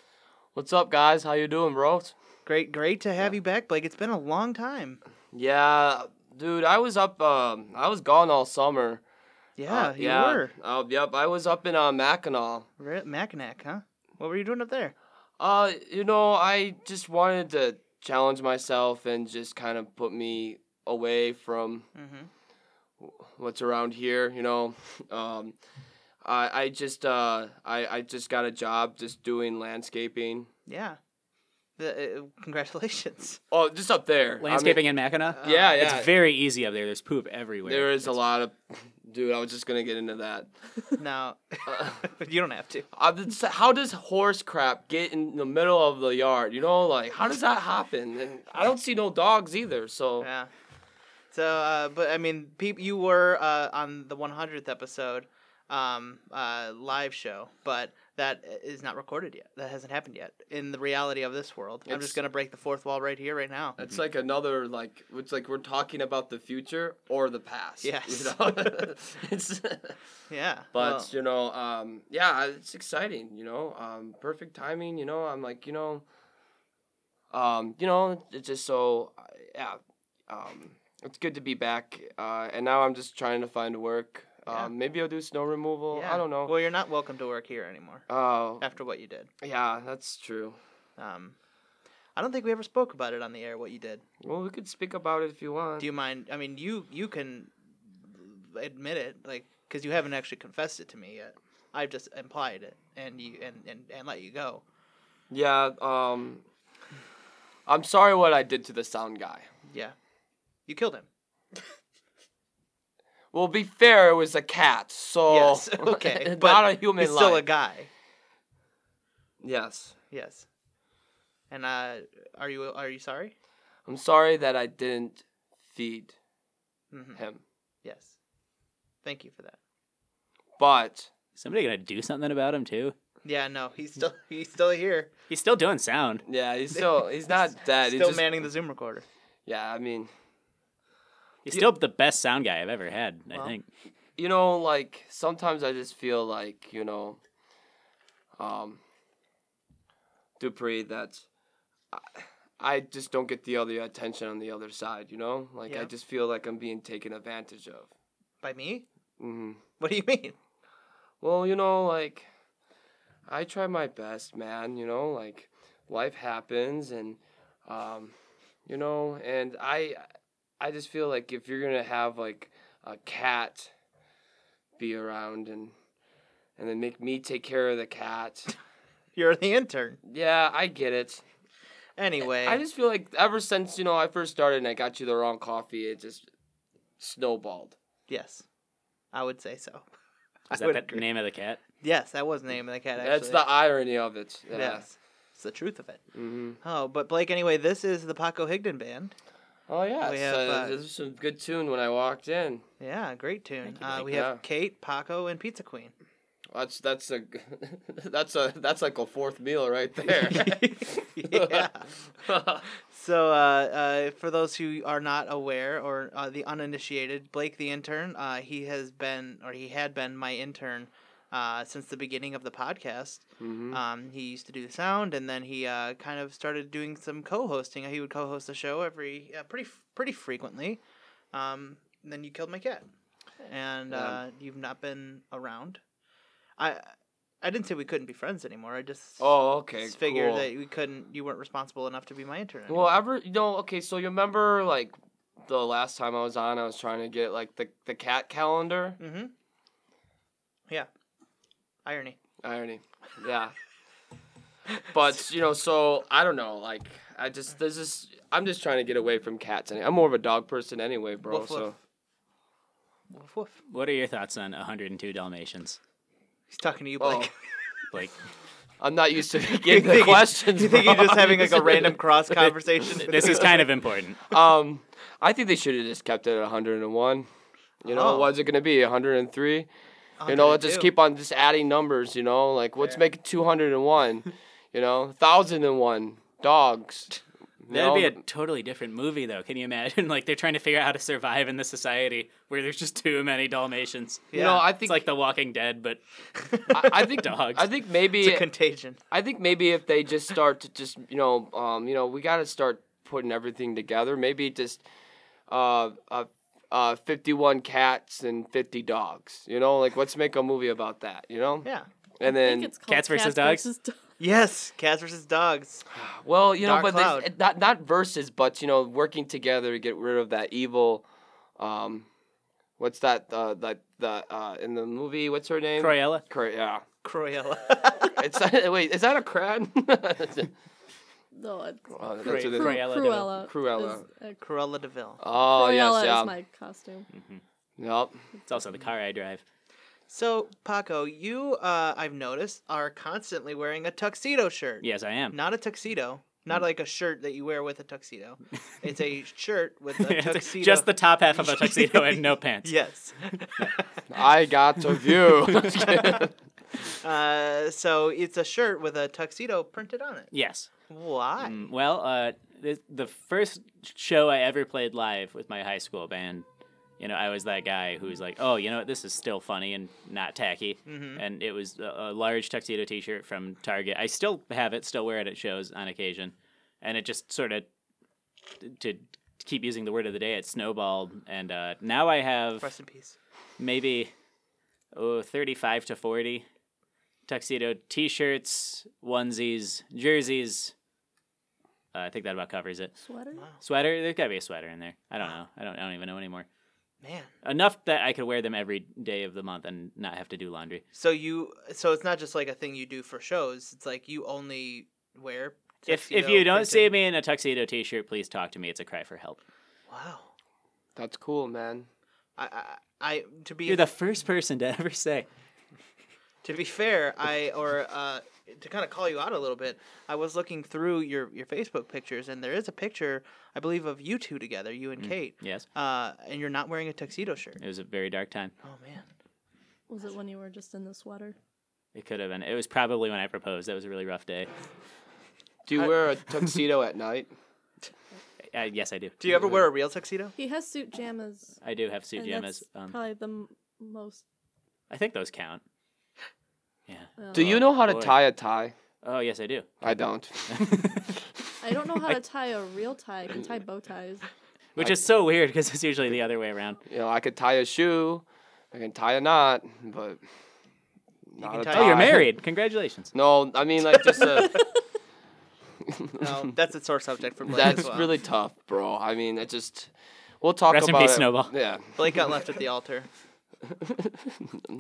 S8: What's up, guys? How you doing, bros?
S2: Great, great to have you back, Blake. It's been a long time.
S8: Yeah, dude, I was up. Um, I was gone all summer.
S2: Yeah,
S8: Uh,
S2: you
S8: yeah.
S2: were.
S8: Uh, yep, I was up in uh, Mackinac.
S2: Re- Mackinac, huh? What were you doing up there?
S8: Uh, you know, I just wanted to challenge myself and just kind of put me away from
S2: Mhm.
S7: Mm-hmm.
S8: what's around here. You know, um, I I just uh I I just got a job just doing landscaping.
S2: Yeah. The, uh, congratulations.
S8: Oh, just up there. I mean- uh,
S7: Landscaping in Mackinac.
S8: yeah, yeah.
S7: It's very easy up there. There's poop everywhere.
S8: there is a lot of, dude. I was just gonna get into that.
S2: now,
S8: Uh,
S2: you don't have to.
S8: I'm just- how does horse crap get in the middle of the yard? You know, like how does that happen? And I don't see no dogs either. So
S2: Yeah. So, uh, but I mean, peop- you were uh, on the 100th episode um, uh, live show, but that is not recorded yet. That hasn't happened yet in the reality of this world. I'm
S9: It's-
S2: just gonna break the fourth wall right here, right now.
S9: It's like another like it's like we're talking about the future or the past.
S2: Yes.
S9: You know? it's,
S2: Yeah,
S9: but
S2: well,
S9: you know, um, yeah, it's exciting. You know, um, perfect timing. You know, I'm like you know, um, you know, it's just so uh, yeah, um, it's good to be back. Uh, and now I'm just trying to find work.
S2: Yeah.
S9: Um, maybe I'll do snow removal.
S2: yeah.
S9: I don't know.
S2: Well, you're not welcome to work here anymore
S9: Oh,
S2: after what you did.
S9: yeah, that's true.
S2: Um, I don't think we ever spoke about it on the air. What you did.
S9: Well, we could speak about it if you want.
S2: Do you mind? I mean, you you can admit it, like, because you haven't actually confessed it to me yet. I've just implied it, and you and and, and let you go.
S9: yeah. Um, I'm sorry what I did to the sound guy.
S2: Yeah, you killed him.
S9: Well, be fair, it was a cat, so
S2: yes. Okay. but
S9: Oh, not a human
S2: He's
S9: life.
S2: still a guy.
S9: yes,
S2: Yes. And uh, are you are you sorry?
S9: I'm sorry that I didn't feed
S2: Mhm.
S9: him,
S2: Yes. Thank you for that.
S9: but
S5: Somebody gonna do something about him too.
S2: Yeah. No, he's still he's still here.
S5: He's still doing sound.
S9: yeah, he's still he's not dead. he's
S2: Still
S9: just-
S2: manning the Zoom recorder.
S9: Yeah, I mean,
S5: He's still the best sound guy I've ever had. I think.
S9: you know, like sometimes I just feel like you know, um, Dupree that I, I just don't get the other attention on the other side. You know, like I
S2: Yeah.
S9: just feel like I'm being taken advantage of.
S2: By me?
S9: Mm-hmm.
S2: What do you mean?
S9: Well, you know, like I try my best, man, you know, like life happens and um you know, and I I just feel like if you're going to have like a cat be around and and then make me take care of the cat.
S2: You're the intern.
S9: Yeah, I get it.
S2: Anyway.
S9: I just feel like ever since, you know, I first started and I got you the wrong coffee, it just snowballed.
S2: Yes, I would say so.
S5: Is
S2: would
S5: that the
S2: agree.
S5: name of the cat?
S2: Yes, that was the name of the cat. Actually.
S9: That's the irony of it. Yeah.
S2: yes, it's the truth of it.
S9: Mhm.
S2: Oh, but Blake, anyway, this is the Paco Higdon band.
S9: Oh yeah,
S2: We
S9: we
S2: have, uh,
S9: this was a good tune when I walked in.
S2: Yeah, great tune. uh, we
S9: Yeah.
S2: have Kate, Paco, and Pizza Queen.
S9: That's that's a that's a that's like a fourth meal right there.
S2: yeah. So, uh, uh, for those who are not aware or uh, the uninitiated, Blake the intern, uh, he has been or he had been my intern uh, since the beginning of the podcast.
S9: Mm-hmm.
S2: Um, he used to do the sound, and then he uh, kind of started doing some co-hosting. He would co-host the show every uh, pretty pretty frequently. Um, and then you killed my cat, and uh, you've not been around. I I didn't say we couldn't be friends anymore. I just
S9: oh okay.
S2: just figured
S9: cool.
S2: that we couldn't. You weren't responsible enough to be my intern.
S9: Well,
S2: anymore.
S9: ever you know? Okay, so you remember like the last time I was on, I was trying to get like the the cat calendar
S2: Mm-hmm. Yeah. Irony.
S9: irony. Yeah. But you know, so I don't know. Like I just there's this. I'm just trying to get away from cats. Any- I'm more of a dog person anyway, bro.
S2: Woof,
S9: so.
S2: woof. Woof woof.
S5: What are your thoughts on 102 Dalmatians?
S2: He's talking to you,
S9: Oh.
S2: Blake.
S5: Like,
S9: I'm not used to getting the questions.
S2: You think
S9: bro.
S2: you're just having like a random cross conversation?
S5: this is kind of important.
S9: Um, I think they should have just kept it at 101. You know,
S2: Oh.
S9: what's it gonna be? 103. You know, let's just
S2: 102.
S9: keep on just adding numbers. You know, like let's make it 201. you know, thousand and one dogs. you
S5: That'd be
S9: know?
S5: a totally different movie, though. Can you imagine? Like, they're trying to figure out how to survive in this society where there's just too many Dalmatians.
S9: You know, I
S5: It's
S9: think
S5: like The Walking Dead, but
S9: I, I think
S5: dogs.
S9: I think
S2: It's
S9: maybe
S2: a contagion.
S9: I think maybe if they just start to just you know um you know we gotta start putting everything together. Maybe just uh uh. Uh, 51 cats and 50 dogs. You know, like let's make a movie about that. You know,
S2: Yeah.
S9: and
S3: I
S9: then
S3: think it's called
S5: Cats versus
S3: versus Dogs.
S2: Yes, cats versus dogs.
S9: Well, you know,
S2: Dark
S9: but there's-
S2: Cloud.
S9: not not verses, but you know, working together to get rid of that evil. Um, what's that? Uh, that the uh, in the movie, what's her name?
S5: Cruella.
S9: Cra- yeah.
S2: Cruella.
S9: It's wait, is that a crab?
S3: No, it's
S9: oh, that's
S5: Cru-
S9: what it is.
S5: Cruella. de Vil.
S3: Cruella.
S9: Cruella.
S3: is- uh,
S2: Cruella Deville.
S9: Oh
S3: Cruella
S9: yes, yeah.
S3: is my costume.
S9: Yep.
S5: It's also the car I drive.
S2: So Paco, you uh, I've noticed are constantly wearing a tuxedo shirt.
S5: Yes, I am.
S2: Not a tuxedo. Not like a shirt that you wear with a tuxedo. It's a shirt with a tuxedo.
S5: just the top half of a tuxedo and no pants.
S2: yes.
S9: I got a view.
S2: Uh, so it's a shirt with a tuxedo printed on it.
S10: Yes.
S2: Why?
S10: Mm, well, uh, the, the first show I ever played live with my high school band, you know, I was that guy who was like, oh, you know what, this is still funny and not tacky. And it was a, a large tuxedo t shirt from Target. I still have it, still wear it at shows on occasion. And it just sort of, to keep using the word of the day, it snowballed. And uh, now I have
S2: Rest in peace.
S10: maybe oh, 35 to 40 tuxedo t-shirts onesies jerseys uh, i think that about covers it
S3: Sweater?
S10: sweater there's gotta be a sweater in there i don't know i don't, I don't even know anymore
S2: Man.
S10: enough that i could wear them every day of the month and not have to do laundry
S2: So you so it's not just like a thing you do for shows. It's like you only wear
S10: if, if
S2: tuxedo
S10: you don't see
S2: printed-
S10: me in a tuxedo t-shirt please talk to me it's a cry for help
S2: Wow.
S9: That's cool, man.
S2: I I, I to be
S10: you're the first person to ever say
S2: To be fair, I or uh, to kind of call you out a little bit, I was looking through your your Facebook pictures, and there is a picture I believe of you two together, you
S10: Mm.
S2: and Kate.
S10: yes
S2: Uh, and you're not wearing a tuxedo shirt.
S10: it was a very dark time
S2: Oh man.
S3: Was it when you were just in the sweater?
S10: it could have been it was probably when i proposed that was a really rough day
S9: Do you wear a tuxedo at night?
S10: uh, yes i do
S2: Do you ever wear a real tuxedo?
S3: He has suit jammas.
S10: i do have suit
S3: and
S10: jammies
S3: that's
S10: um,
S3: probably the m- most.
S10: I think those count. Yeah.
S9: Do you know how to
S10: boy.
S9: tie a tie?
S10: Oh yes, I do.
S9: I don't.
S3: I don't know how to tie a real tie. I can tie bow ties.
S10: Which is so weird because it's usually the other way around.
S9: You know, I could tie a shoe, I can tie a knot, but not
S2: can
S9: a
S2: tie-
S9: tie.
S10: Oh, you're married. Congratulations.
S9: No, I mean like just uh, a.
S2: No, that's a sore subject for Blake
S9: That's
S2: as well.
S9: really tough, bro. I mean, it just. We'll talk
S10: Rest in
S9: about
S10: peace,
S9: it.
S10: Snowball.
S9: Yeah.
S2: Blake got left at the altar.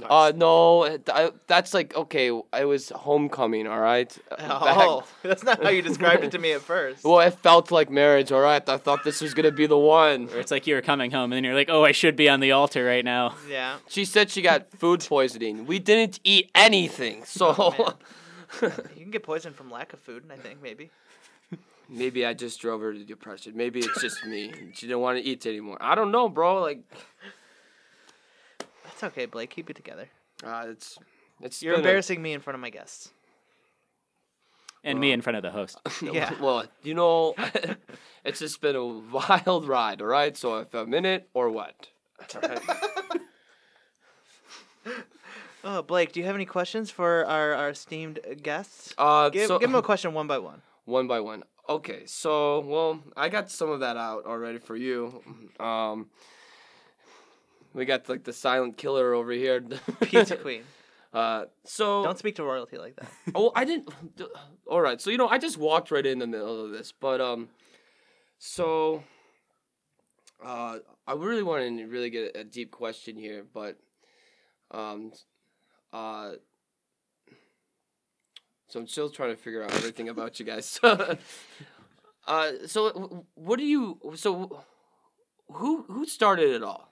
S9: Uh, no, it- I, that's like okay. I was homecoming, all right. Uh, back-
S2: Oh, that's not how you described it to me at first.
S9: Well, it felt like marriage, all right. I thought this was gonna be the one.
S10: Or it's like you were coming home and then you're like, oh, I should be on the altar right now.
S2: yeah.
S9: She said she got food poisoning. We didn't eat anything, so
S2: Oh, You can get poisoned from lack of food, I think maybe.
S9: maybe I just drove her to depression. Maybe it's just me. She didn't want to eat anymore. I don't know, bro. Like,
S2: That's okay, Blake. Keep it together.
S9: uh, it's it's.
S2: You're
S9: been a-
S2: embarrassing me in front of my guests.
S10: And me in front of the host.
S2: Yeah.
S9: Well, you know, it's just been a wild ride, all right? So if I'm in it or what?
S2: Oh, Blake, do you have any questions for our, our esteemed guests?
S9: Uh,
S2: Give,
S9: so,
S2: give them a question one by one.
S9: one by one. Okay, so, well, I got some of that out already for you. Um, we got like the silent killer over here.
S2: Pizza Queen.
S9: Uh, so
S2: Don't speak to royalty like that.
S9: Oh, I didn't. All right. So you know, I just walked right in the middle of this, but um, so uh, I really wanted to really get a, a deep question here, but um, uh, so I'm still trying to figure out everything about you guys. uh, so wh- what do you? So who who started it all?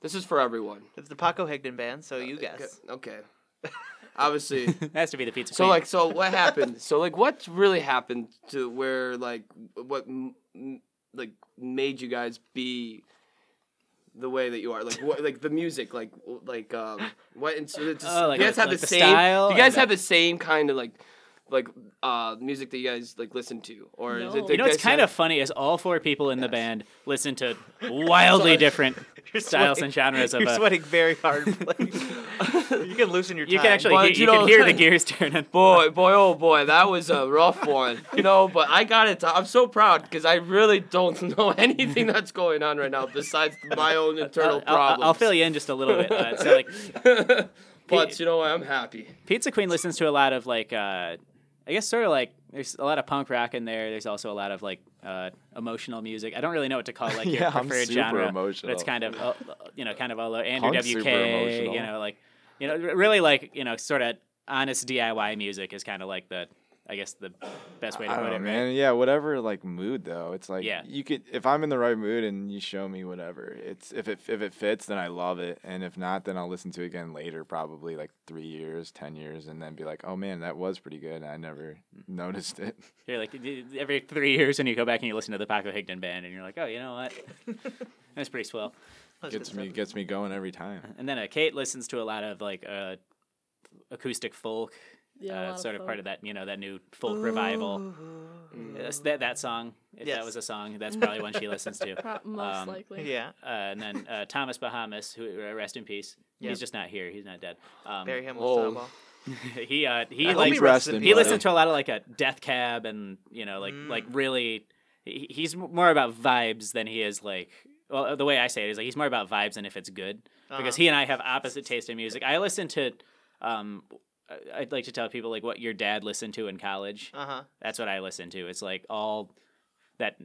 S9: This is for everyone.
S2: It's the Paco Higdon band, so you
S9: Okay.
S2: guess.
S9: okay. Obviously.
S10: It has to be the pizza
S9: So
S10: queen.
S9: like, so what happened? so like, what really happened to where like what m- m- like made you guys be the way that you are? Like what? Like the music? Like like um what? And so it's just,
S10: Oh, like
S9: you guys
S10: the-
S9: have
S10: like
S9: the
S10: the
S9: same.
S10: style
S9: you guys
S10: and
S9: have the same kind of like like uh music that you guys like listen to, or is
S3: No.
S9: it?
S3: You
S10: you know what's
S9: guys
S10: kind
S9: have-
S10: of funny is all four people in the band listen to wildly different styles and genres of
S2: You're
S10: uh,
S2: sweating very hard. Blake. you can loosen your. Tie.
S10: You can actually
S9: But
S10: hear,
S9: you
S10: you
S9: know-
S10: can hear the gears turning.
S9: Boy, boy, oh boy, that was a rough one, you know. But I got it. I'm so proud because I really don't know anything that's going on right now besides my own internal
S10: I'll, I'll,
S9: problems.
S10: I'll fill you in just a little bit. Uh, so like,
S9: but you know what? I'm happy.
S10: Pizza Queen listens to a lot of like, uh, I guess sort of like there's a lot of punk rock in there. There's also a lot of like uh, emotional music. I don't really know what to call like your
S4: Yeah, I'm
S10: preferred
S4: super
S10: genre.
S4: emotional.
S10: But it's kind of uh, you know kind of all Andrew
S4: Punk's
S10: WK.
S4: super emotional.
S10: You know like you know r- really like you know sort of honest DIY music is kind of like the I guess the best way to
S4: I
S10: put
S4: don't know,
S10: it. right?
S4: man. Yeah, whatever like mood though. It's like
S10: Yeah.
S4: you could if I'm in the right mood and you show me whatever. It's if it if it fits, then I love it. And if not, then I'll listen to it again later, probably like three years, ten years, and then be like, Oh man, that was pretty good and I never
S10: Mm.
S4: noticed it.
S10: You're like d- every three years when you go back and you listen to the Paco Higdon band and you're like oh you know what that's pretty swell.
S2: That's good
S4: gets me
S2: stuff.
S4: gets me going every time.
S10: And then uh, Kate listens to a lot of like uh, acoustic folk.
S3: Yeah, a lot
S10: uh,
S3: of
S10: sort of, part
S3: folk.
S10: of that, you know, that new folk revival. That's- that that song, if
S2: Yes.
S10: that was a song, that's probably one she listens to.
S3: Pro- most
S10: Um,
S3: likely.
S2: Yeah.
S10: Uh, and then uh, Thomas Bahamas, who uh, rest in peace.
S2: Yep.
S10: He's just not here. He's not dead. Um,
S2: Bury him
S9: Whoa.
S2: with snowball.
S10: he uh, he
S2: hope
S10: like
S2: he
S4: rests
S2: rests in
S4: in
S2: peace.
S10: he
S4: buddy.
S10: listened to a lot of like a Death Cab and you know like like really he- he's more about vibes than he is like well the way I say it is like he's more about vibes than if it's good because he and I have opposite taste in music. I listen to um I- I'd like to tell people like what your dad listened to in college.
S2: Uh huh.
S10: That's what I listen to. It's like all that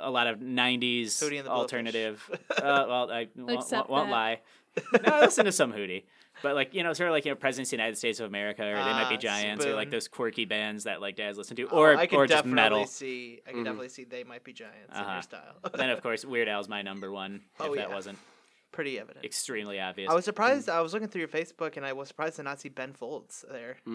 S10: a lot of '90s
S2: Hootie and the Blowfish.
S10: alternative. uh, well, I won't,
S3: Accept
S10: won't, won't
S3: that.
S10: lie. No, I listen to some Hootie, but like you know, sort of like you know, Presidents of the United States of America, or they might be
S2: Ah,
S10: giants, or like
S2: Spoon.
S10: those quirky bands that like dads listen to,
S2: Oh,
S10: or
S2: I can
S10: or just
S2: definitely
S10: metal.
S2: see. I can
S9: Mm-hmm.
S2: definitely see they might be giants in
S10: Uh-huh.
S2: your style.
S10: then of course Weird Al's my number one.
S2: Oh,
S10: if that
S2: yeah.
S10: wasn't
S2: Pretty evident.
S10: extremely obvious.
S2: I was surprised.
S10: mm.
S2: I was looking through your Facebook, and I was surprised to not see Ben Folds there.
S10: Uh,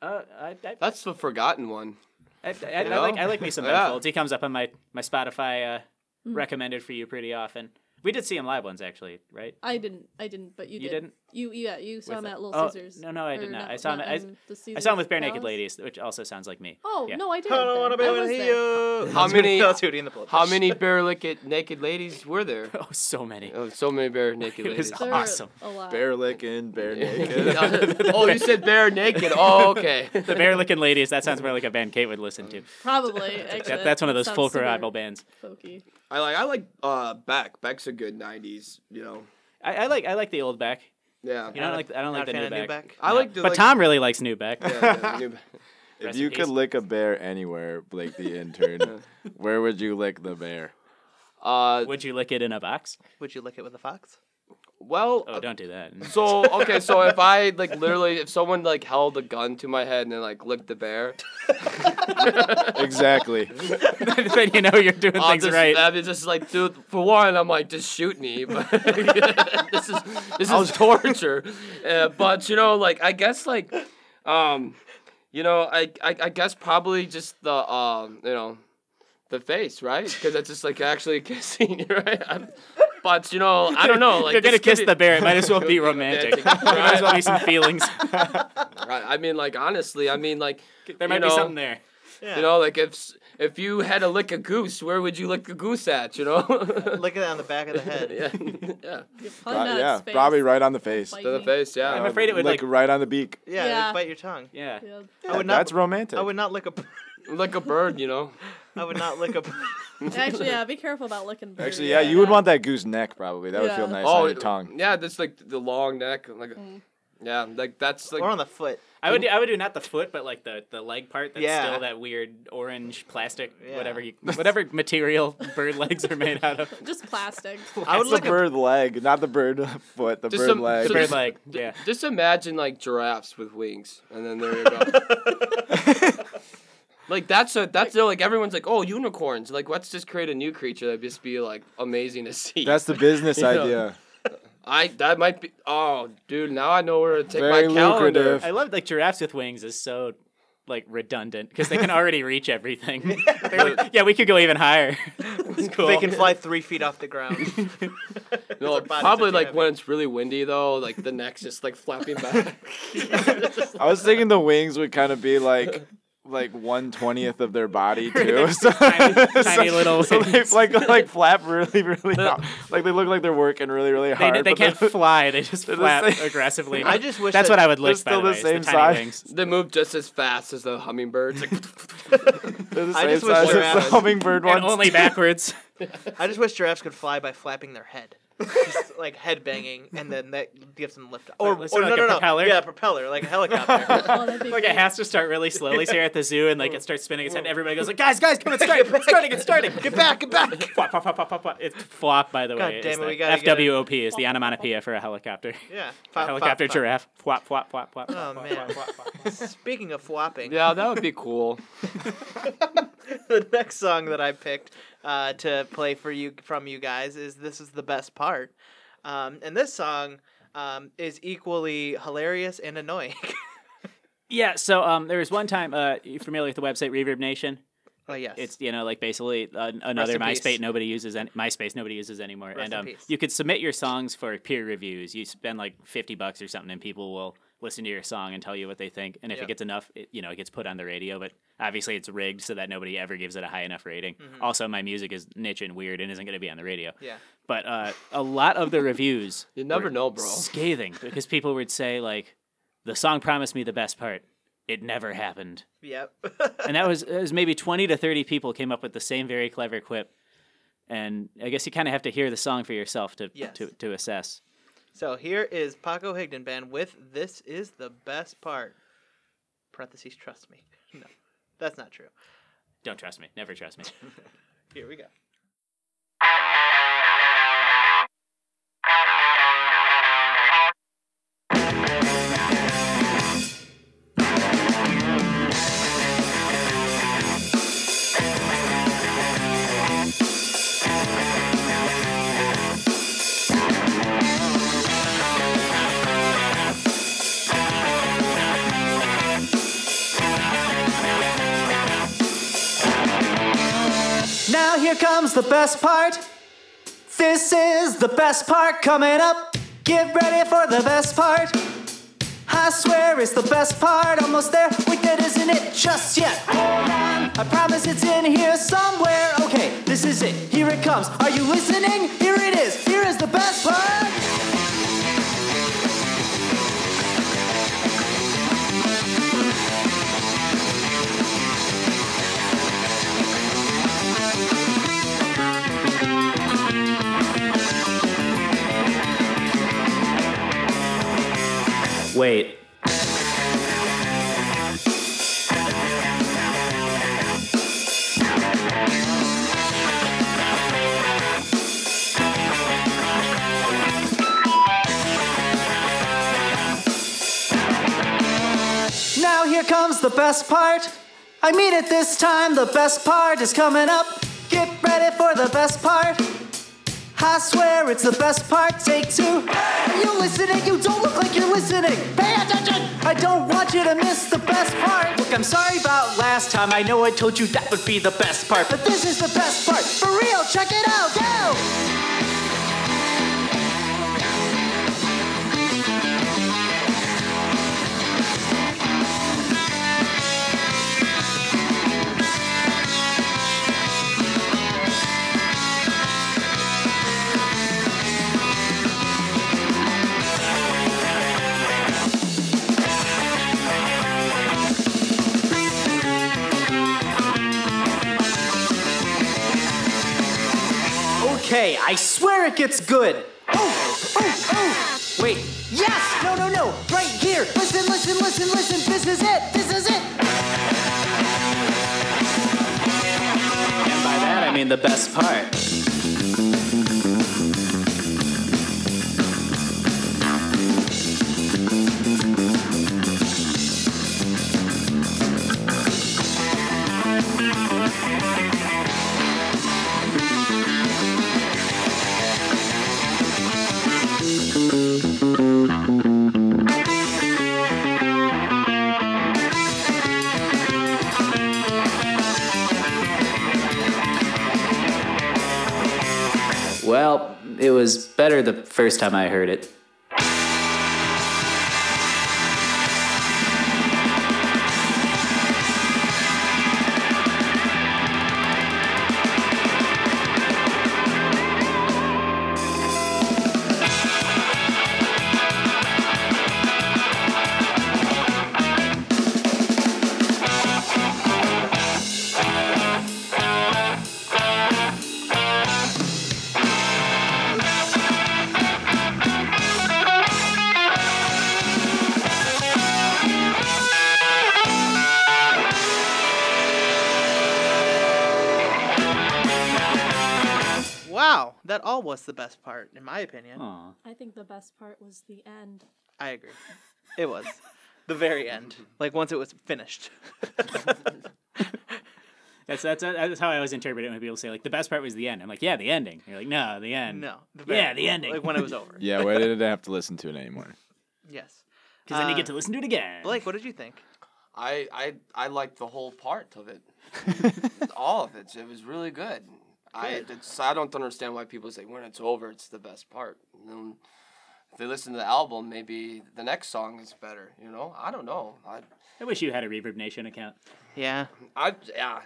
S10: I, I,
S2: Oh,
S9: That's the forgotten one.
S10: I, I, I
S9: know?
S10: like I like me some Ben
S9: Yeah.
S10: Folds. He comes up on my my Spotify uh, recommended for you pretty often. We did see him live once actually, right?
S3: I didn't. I didn't. But you,
S10: You
S3: did.
S10: didn't?
S3: You yeah. You saw
S10: With
S3: him
S10: the-
S3: at Little
S10: oh,
S3: Caesars.
S10: no, no, I did not. I saw him
S3: not
S10: at- I-
S3: in the
S10: I
S3: Caesars
S10: saw him with Bare Naked
S3: Palace?
S10: Ladies, which also sounds like me.
S3: Oh
S10: Yeah.
S3: no, I didn't.
S2: I don't
S3: then.
S2: want to be
S3: I
S2: with
S3: was there.
S2: you.
S9: How many-
S2: That's Hootie and the Blowfish.
S9: How many bare naked, naked ladies were there?
S10: Oh, so many.
S9: Oh, so many bare naked
S10: It was
S9: ladies.
S3: There were
S10: Awesome.
S3: A lot.
S4: Bare licking, bare naked.
S9: oh, you said bare naked. Oh, okay.
S10: The Bare Lickin' Ladies. That sounds more like a band Kate would listen
S9: Um,
S10: to.
S3: Probably. actually,
S10: That, that's one of those
S3: sounds
S10: folk
S3: super
S10: revival bands.
S3: Folky.
S9: I like I like uh Beck. Beck's a good '90s. You know.
S10: I, I like I like the old back.
S9: Yeah.
S10: You know, I
S2: Not
S10: don't
S2: a-
S10: like I don't
S2: Not
S10: like
S2: a
S10: the
S2: fan
S10: new
S2: of
S10: back.
S2: Newbeck.
S9: I like the
S10: But
S9: like,
S10: Tom really likes new back.
S9: Yeah, the new-
S10: Rest
S4: if
S10: in
S4: you
S10: peace.
S4: could lick a bear anywhere, Blake the intern, where would you lick the bear?
S9: uh,
S10: Would you lick it in a box?
S2: Would you lick it with a fox?
S9: well,
S10: Oh, don't do that.
S9: so okay, so if I like literally, if someone like held a gun to my head and then like licked the bear,
S4: Exactly.
S10: then you know you're doing
S9: I'll
S10: things
S9: just,
S10: right.
S9: I'd be just like, dude, for one, I'm like, just shoot me. But this is this is torture. Uh, but you know, like I guess like, um, you know, I I, I guess probably just the um, you know, the face, right? Because that's just like actually kissing, you, right? I'm, but you know, I don't know. Like
S10: you're gonna
S9: this could
S10: kiss
S9: be-
S10: the bear. It might as well be romantic.
S9: romantic,
S10: there might as well be
S9: right?
S10: some feelings.
S9: I I mean, like honestly, I mean, like
S10: There might
S9: you
S10: be
S9: know,
S10: something there.
S2: Yeah.
S9: You know, like if s- if you had to lick a goose, where would you lick a goose at? You know.
S2: lick it on the back of the head.
S9: yeah, yeah.
S3: Probably
S4: Uh,
S3: not
S4: yeah,
S3: space.
S4: probably right on the face.
S3: Bite
S9: To the
S3: me.
S9: face, yeah.
S10: I'm afraid it would,
S4: lick
S10: like-
S4: right on the beak.
S2: Yeah,
S3: Yeah.
S2: It'd bite your tongue.
S10: Yeah.
S3: Yeah.
S2: I would not.
S4: That's romantic.
S2: I would not lick a. p-
S9: like a bird, you know.
S2: I would not lick a. p-
S3: Actually, yeah. Be careful about looking. bird.
S4: Actually, yeah, you would want that goose neck probably. That would feel
S3: Yeah.
S4: nice
S9: oh,
S4: on your tongue.
S9: yeah, that's like the long neck, like a- yeah, like that's like
S2: or on the foot.
S10: I would do, I would do not the foot, but like the, the leg part. That's
S2: Yeah.
S10: still that weird orange plastic,
S2: Yeah.
S10: whatever you, whatever material bird legs are made out of.
S3: Just plastic.
S2: I would
S4: It's the
S2: lick a.
S4: bird leg, not the bird foot, the
S9: Just
S4: bird
S9: some-
S4: leg.
S9: some-
S10: Bird leg. Yeah.
S9: just imagine like giraffes with wings, and then there you go. like that's a that's a, like everyone's like oh unicorns, like let's just create a new creature that'd just be like amazing to see.
S4: That's the business
S9: know.
S4: idea.
S9: I that might be oh dude now I know where to take
S4: Very
S9: my calendar.
S4: lucrative.
S10: I love like giraffes with wings is so like redundant because they can already reach everything. They're like, yeah, we could go even higher. It's cool.
S2: They can fly three feet off the ground.
S9: No,
S2: bodies
S9: probably
S2: are
S9: like
S2: heavy.
S9: when it's really windy though, like the neck's just like flapping back.
S4: I was thinking the wings would kind of be like like one twentieth of their body too. So,
S10: tiny, tiny little.
S4: so they
S10: wings.
S4: like like flap really really hard. like they look like they're working really really
S10: They,
S4: hard.
S10: they
S4: but
S10: can't
S4: they're-
S10: fly. They just
S4: the
S10: flap
S4: same-
S10: aggressively.
S2: I just wish
S10: that's
S2: that
S10: what I would
S4: they're
S10: lick. By
S4: still
S10: the, way,
S4: the
S10: is
S4: same
S10: the tiny
S4: size.
S10: wings.
S9: They move just as fast as the hummingbirds. Like,
S4: they're the
S2: I
S4: same
S2: just wish
S4: size as
S2: giraffes-
S4: the hummingbird
S10: And
S4: ones.
S10: only backwards.
S2: I just wish giraffes could fly by flapping their head. Just like head banging, and then that gives them lift off. Or,
S10: Like,
S2: or
S10: sort
S2: no,
S10: of like a
S2: no, no,
S10: propeller?
S2: yeah, propeller, like a helicopter.
S3: Oh, that'd be
S10: Like it
S3: great.
S10: has to start really slowly. So you're at the zoo and like it starts spinning its head. And everybody goes like, guys, guys, come it's starting, it's starting, it's starting. Get back, get back. Flop, flop, flop, flop, flop, flop. It's flop. By the
S2: God
S10: way,
S2: damn
S10: is
S2: it, we
S10: the
S2: gotta get it.
S10: FWOP is the onomatopoeia for a helicopter.
S2: yeah,
S10: A
S2: Fop,
S10: helicopter
S2: fop, fop.
S10: giraffe. Flop, flop, flop, flop.
S2: Oh man! Speaking of flopping,
S9: yeah, that would be cool.
S2: the next song that I picked uh, to play for you from you guys is "This Is the Best Part," um, and this song um, is equally hilarious and annoying.
S10: Yeah, so um, there was one time. Uh, you familiar with the website Reverb Nation?
S2: oh yes,
S10: It's e you know like basically uh, another
S2: in peace.
S10: MySpace nobody uses any, MySpace nobody uses anymore.
S2: Rest
S10: and
S2: in
S10: um,
S2: peace.
S10: you could submit your songs for peer reviews. You spend like fifty bucks or something, and people will listen to your song and tell you what they think. And if
S11: Yeah.
S10: it gets enough, it, you know, it gets put on the radio. But obviously, it's rigged so that nobody ever gives it a high enough rating.
S2: Mm-hmm.
S10: Also, my music is niche and weird and isn't going to be on the radio.
S11: Yeah.
S10: But uh, a lot of the reviews
S9: You never
S10: were
S9: know, bro.
S10: scathing because people would say like, "The song promised me the best part. It never happened."
S11: Yep.
S10: and that was, it was maybe 20 to 30 people came up with the same very clever quip and i guess you kind of have to hear the song for yourself to
S11: Yes.
S10: to, to assess
S11: so here is Paco Higdon Band with This is the Best Part. Parentheses, trust me. No, that's not true.
S10: don't trust me never trust me
S11: Here we go.
S2: Now here comes the best part. This is the best part coming up. Get ready for the best part. I swear it's the best part. Almost there. Wait, that isn't it just yet. Hold on. I promise it's in here somewhere. Okay, this is it. Here it comes. Are you listening? Here it is. Here is the best part.
S10: wait
S2: Now here comes the best part. I mean it this time, the best part is coming up. Get ready for the best part. I swear it's the best part, take two. Are you listening? You don't look like you're listening. Pay attention! I don't want you to miss the best part. Look, I'm sorry about last time. I know I told you that would be the best part, but this is the best part. For real, check it out, go! Okay, I swear it gets good. Oh, oh, oh. Wait. Yes! No, no, no. Right here. Listen, listen, listen, listen. This is it. This is it.
S10: and by that i mean the best part well it was better the first time i heard it
S11: Wow, that all was the best part, in my opinion.
S10: Aw.
S3: I think the best part was the end.
S11: I agree. It was the very end, like once it was finished.
S10: that's, that's that's how i always interpret it when people say like the best part was the end i'm like yeah the ending you're like no the end
S11: No, the
S10: Yeah, the ending.
S11: like when it was over.
S4: Yeah, why did I have to listen to it anymore?
S11: Yes,
S10: because then you
S11: Uh,
S10: get to listen to it again
S11: Blake, what did you think?
S9: I I I liked the whole part of it. All of it. It was really good. I it's, I don't understand why people say when it's over, it's the best part. And if they listen to the album, maybe the next song is better. You know, I don't know. I
S10: I wish you had a Reverb Nation account.
S2: Yeah.
S9: I yeah.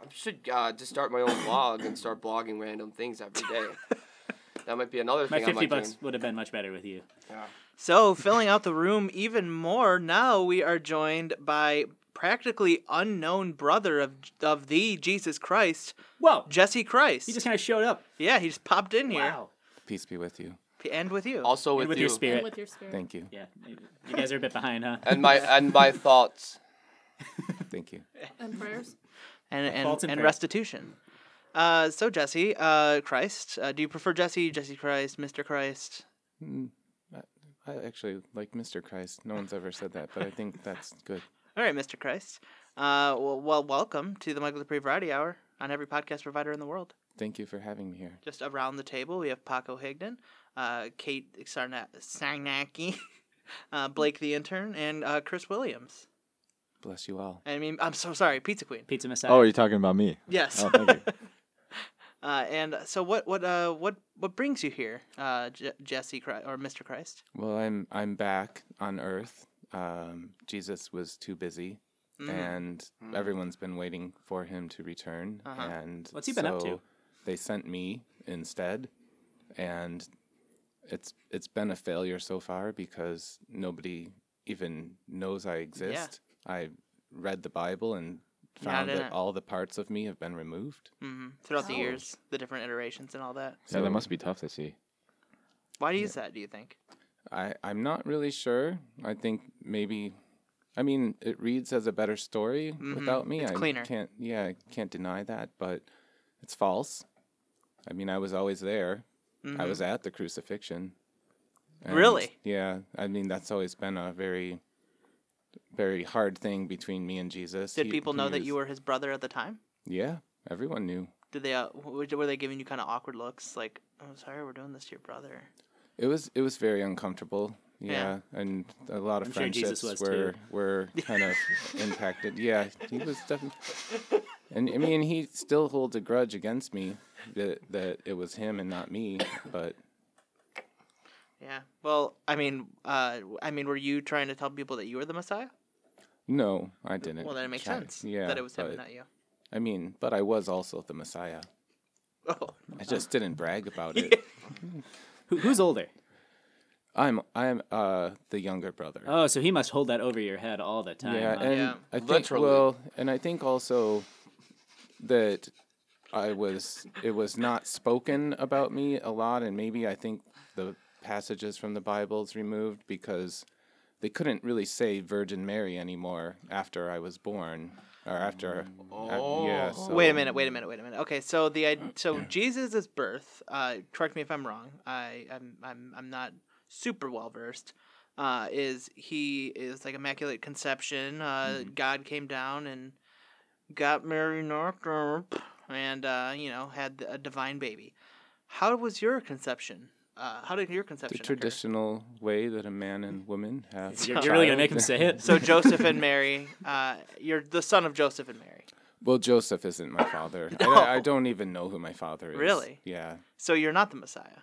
S9: I should uh, just start my own blog and start blogging random things every day. that might be another
S10: My
S9: thing. I
S10: fifty
S9: might
S10: bucks
S9: Do.
S10: would have been much better with you.
S2: So, filling out the room even more, now we are joined by practically unknown brother of of the Jesus Christ,
S10: Whoa,
S2: Jesse Christ.
S10: he just kind of showed up.
S2: yeah, he just popped in here.
S10: Wow,
S12: Peace be with you.
S2: P- And with you.
S9: Also with,
S10: and with
S9: you
S10: your
S3: And
S10: spirit.
S3: with your spirit.
S12: Thank you.
S10: yeah, you guys are a bit behind, huh?
S9: and my and my thoughts.
S12: Thank you.
S3: And prayers.
S2: and
S10: Faults
S2: and,
S10: in
S2: and
S10: prayer.
S2: restitution. Uh, so Jesse, uh, Christ, uh, do you prefer Jesse, Jesse Christ, Mister Christ?
S12: I actually like Mr. Christ. No one's ever said that, but I think that's good.
S2: All right, Mister Christ. Uh, well, well, welcome to the Michael Dupree Variety Hour on every podcast provider in the world.
S12: Thank you for having me here.
S2: Just around the table, we have Paco Higdon, uh, Kate Sarna- Sarnacki, uh, Blake the intern, and uh, Chris Williams.
S12: Bless you all.
S2: I mean, I'm so sorry, Pizza Queen.
S10: Pizza Messiah.
S12: Oh, you're talking about me.
S2: Yes.
S12: Oh, thank you.
S2: uh, and so, what, what, uh, what, what brings you here, uh, J- Jesse Christ or Mister Christ?
S12: Well, I'm I'm back on Earth. Um, Jesus was too busy,
S10: Mm-hmm.
S2: Mm-hmm.
S12: and everyone's been waiting for him to return. And
S10: Uh-huh. What's he been up to?
S12: so They sent me instead, and it's it's been a failure so far because nobody even knows I exist. I read the Bible and found
S2: in
S12: that
S2: it.
S12: all the parts of me have been removed.
S2: throughout the years, the different iterations and all that.
S4: Yeah, that must be tough to see.
S2: Why do you use that? Do you think?
S12: I, I'm not really sure. I think maybe, I mean, it reads as a better story without me.
S2: Mm-hmm. It's
S12: I
S2: cleaner.
S12: Can't, yeah, I can't deny that, but it's false. I mean, I was always there. I was at the crucifixion. And,
S2: Mm-hmm. Really?
S12: Yeah. I mean, that's always been a very, very hard thing between me and Jesus.
S2: Did
S12: He-
S2: people
S12: he
S2: know that
S12: was-
S2: you were his brother at the time?
S12: Yeah, everyone knew.
S2: Did they? Uh, w- were they giving you kind of awkward looks? Like, I'm sorry, we're doing this to your brother.
S12: It was it was very uncomfortable.
S2: Yeah.
S12: Yeah, and a lot of
S10: I'm sure Jesus was
S12: friendships were
S10: too.
S12: were kind of impacted. Yeah, he was definitely. And I mean, he still holds a grudge against me that that it was him and not me. But
S2: Yeah. Well, I mean, uh, w- I mean, were you trying to tell people that you were the Messiah?
S12: no, I didn't.
S2: Well, then it makes
S12: try-
S2: sense.
S12: Yeah,
S2: That it was him and
S12: but-
S2: not you.
S12: I mean, but I was also the Messiah.
S2: Oh,
S12: I just didn't brag about it.
S10: Who, who's older?
S12: I'm I'm uh the younger brother.
S10: Oh, so he must hold that over your head all the time.
S12: Yeah,
S10: huh?
S12: and
S2: Yeah.
S12: I think
S9: Literally.
S12: well, and I think also that I was it was not spoken about me a lot, and maybe I think the passages from the Bible's removed because they couldn't really say Virgin Mary anymore after I was born or after. Oh, yeah. So,
S2: wait a minute. Wait a minute. Wait a minute. Okay, so the I so Jesus' birth. Uh, correct me if I'm wrong. I I'm I'm I'm not super well versed. Uh, is he is like immaculate conception? Uh,
S12: Mm-hmm.
S2: God came down and got Mary knocked up and uh, you know had a divine baby. How was your conception? Uh, how did your
S12: The
S2: conception? occur?
S12: traditional way that a man and woman have.
S10: you're, you're really gonna make him say it.
S2: So Joseph and Mary, uh, you're the son of Joseph and Mary.
S12: Well, Joseph isn't my father. I, I don't even know who my father is.
S2: Really?
S12: Yeah.
S2: So you're not the Messiah.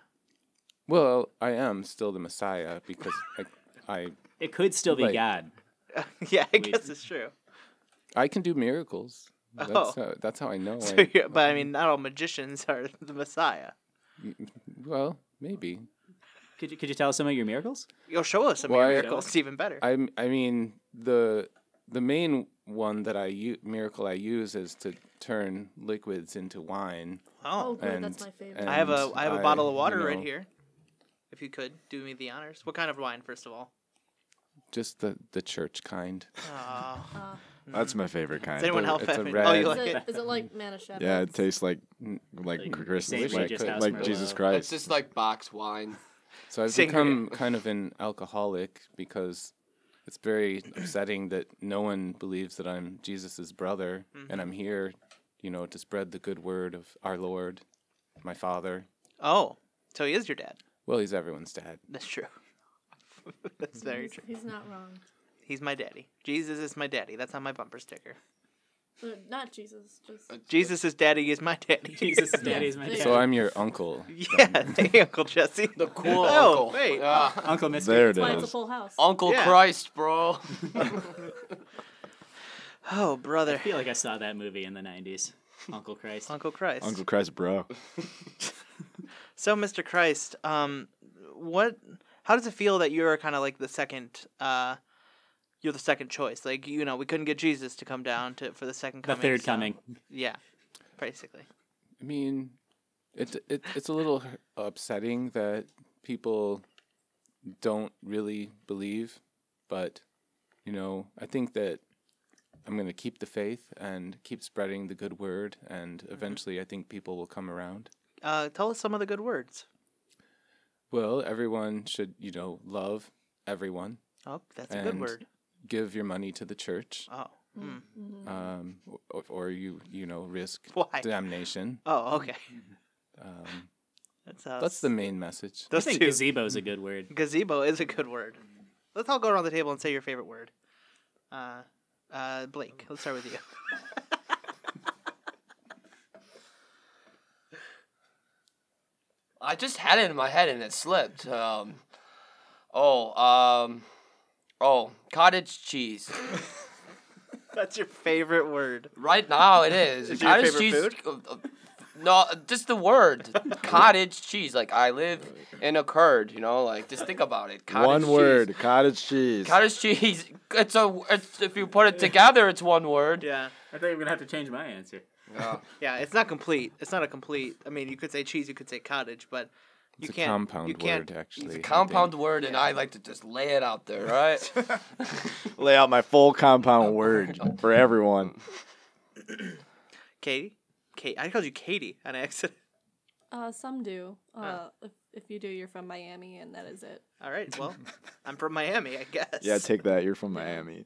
S12: Well, I am still the Messiah because I, I
S10: it could still be
S12: Like-
S10: God.
S2: yeah, I guess it's true.
S12: I can do miracles. That's,
S2: Oh.
S12: how, that's how I know.
S2: So
S12: I,
S2: you're, but I mean, not all magicians are the Messiah.
S12: well, maybe.
S10: Could you, could you tell us some of your miracles?
S2: You'll show us some
S12: Well, I-
S2: miracles, it's even better.
S12: I am I mean the the main one that I u- miracle I use is to turn liquids into wine.
S3: Oh,
S2: oh,
S3: good.
S12: And-
S3: that's my favorite.
S12: and
S2: I have a I have a bottle of
S12: you
S2: water right
S12: know,
S2: here. If you could do me the honors, what kind of wine, first of all?
S12: Just the the church kind.
S2: Oh,
S4: That's my favorite kind.
S2: does anyone
S12: a-
S2: else
S12: it's a
S2: have? any-
S12: red-
S2: Oh, you
S12: It's
S3: is,
S2: like
S3: it,
S2: it?
S3: is it like Manischewitz?
S4: Yeah, it tastes like like
S10: Like
S4: Chris,
S10: Saint
S4: like,
S10: Regis House
S4: like
S10: Merlot.
S4: Jesus
S9: It's
S4: Christ.
S9: just like box wine.
S12: So I've
S2: Sangria.
S12: become kind of an alcoholic because it's very upsetting that no one believes that I'm Jesus's brother
S2: Mm-hmm.
S12: and I'm here, you know, to spread the good word of our Lord, my Father.
S2: Oh, so he is your dad.
S12: Well, he's everyone's dad.
S2: That's true. That's very
S3: He's,
S2: true.
S3: he's not wrong.
S2: He's my daddy. Jesus is my daddy. That's on my bumper sticker.
S3: Uh, not Jesus, just
S2: Jesus is daddy is my daddy.
S5: Jesus' daddy is my
S3: Yeah.
S5: dad.
S12: So I'm your uncle.
S2: Yeah, hey, Uncle Jesse.
S13: The cool
S2: Oh,
S13: uncle.
S2: wait.
S13: Yeah.
S5: Uncle Mystery.
S12: There it
S3: that's why it's a
S12: is.
S3: full house.
S13: Uncle
S2: Yeah.
S13: Christ, bro.
S2: Oh,
S5: I
S2: brother.
S5: feel like I saw that movie in the 90s. Uncle Christ.
S2: Uncle Christ.
S12: Uncle Christ, bro.
S2: So, Mr. Christ, um, what? How does it feel that you're kind of like the second? Uh, you're the second choice. Like you know, we couldn't get Jesus to come down to for the second
S5: The
S2: coming.
S5: third
S2: so-
S5: coming.
S2: Yeah, basically.
S12: I mean, it's it, it's a little upsetting that people don't really believe, but you know, I think that I'm going to keep the faith and keep spreading the good word, and
S2: Mm-hmm.
S12: eventually, I think people will come around.
S2: Uh, tell us some of the good words.
S12: Well, everyone should, you know, love everyone.
S2: Oh, that's a good
S12: And-
S2: word.
S12: Give your money to the church,
S2: Oh. hmm.
S12: um, or, or you, you know, risk
S2: Why?
S12: damnation.
S2: Oh, okay.
S12: Um,
S2: That sounds.
S12: that's the main message.
S5: I
S2: Those
S5: think
S2: two.
S5: gazebo is a good word.
S2: Gazebo is a good word. Let's all go around the table and say your favorite word. Uh, uh, Blake, let's start with you.
S9: I just had it in my head and it slipped. Um, oh, um, oh, cottage cheese.
S2: That's your favorite word.
S9: Right now it is.
S2: Is it your
S9: cottage
S2: favorite
S9: cheese. uh, uh, No, just the word cottage cheese. Like I live in a curd, you know. Like just think about it. Cottage
S4: One
S9: cheese.
S4: word, cottage cheese.
S9: Cottage cheese. It's a. It's, if you put it together, it's one word.
S2: Yeah.
S5: I thought you were going to have to change my answer.
S2: Yeah, it's not complete. It's not a complete. I mean, you could say cheese, you could say cottage, but you
S12: It's a
S2: can't.
S12: compound
S2: you can't,
S12: word, actually. I think.
S9: Compound word, and I like to just lay it out there, right?
S4: Lay out my full compound word for everyone.
S2: Katie, Kate, I called you Katie on accident.
S3: Uh, some do. Uh, if, if you do, you're from Miami, and that is it.
S2: All right, well, I'm from Miami, I guess.
S4: Yeah, take that. You're from Miami.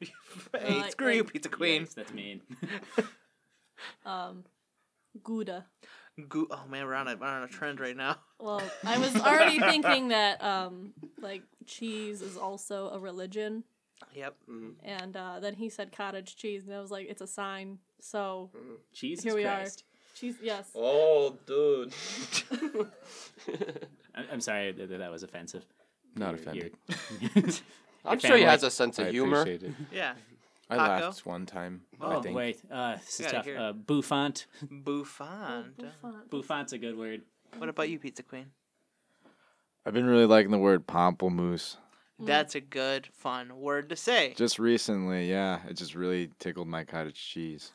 S2: hey,
S3: like-
S2: screw you,
S3: like-
S2: pizza queen.
S5: Yikes, that's mean.
S3: Um, Gouda.
S2: Goo- oh man, we're on a we're on a trend right now.
S3: Well, I was already thinking that um, like cheese is also a religion,
S2: Yep.
S3: and uh, then he said cottage cheese, and I was like, it's a sign. So
S5: Jesus
S3: Here we are.
S5: Christ.
S3: cheese, yes.
S9: oh, dude.
S5: I- I'm sorry that that was offensive.
S12: Not
S5: Your- your-
S12: offended.
S9: I'm sure he
S5: family.
S9: has a sense of
S12: I
S9: humor.
S12: appreciate it.
S2: Yeah.
S12: I
S2: Taco?
S12: laughed one time.
S5: Oh,
S12: I think.
S5: wait. Uh, this is
S2: Gotta
S5: tough.
S2: hear it.
S5: Uh, bouffant.
S2: Bouffant.
S3: Oh,
S5: Bouffant's a good word.
S2: What about you, pizza queen?
S4: I've been really liking the word pamplemousse.
S3: Mm.
S2: That's a good, fun word to say.
S4: Just recently, yeah, it just really tickled my cottage cheese.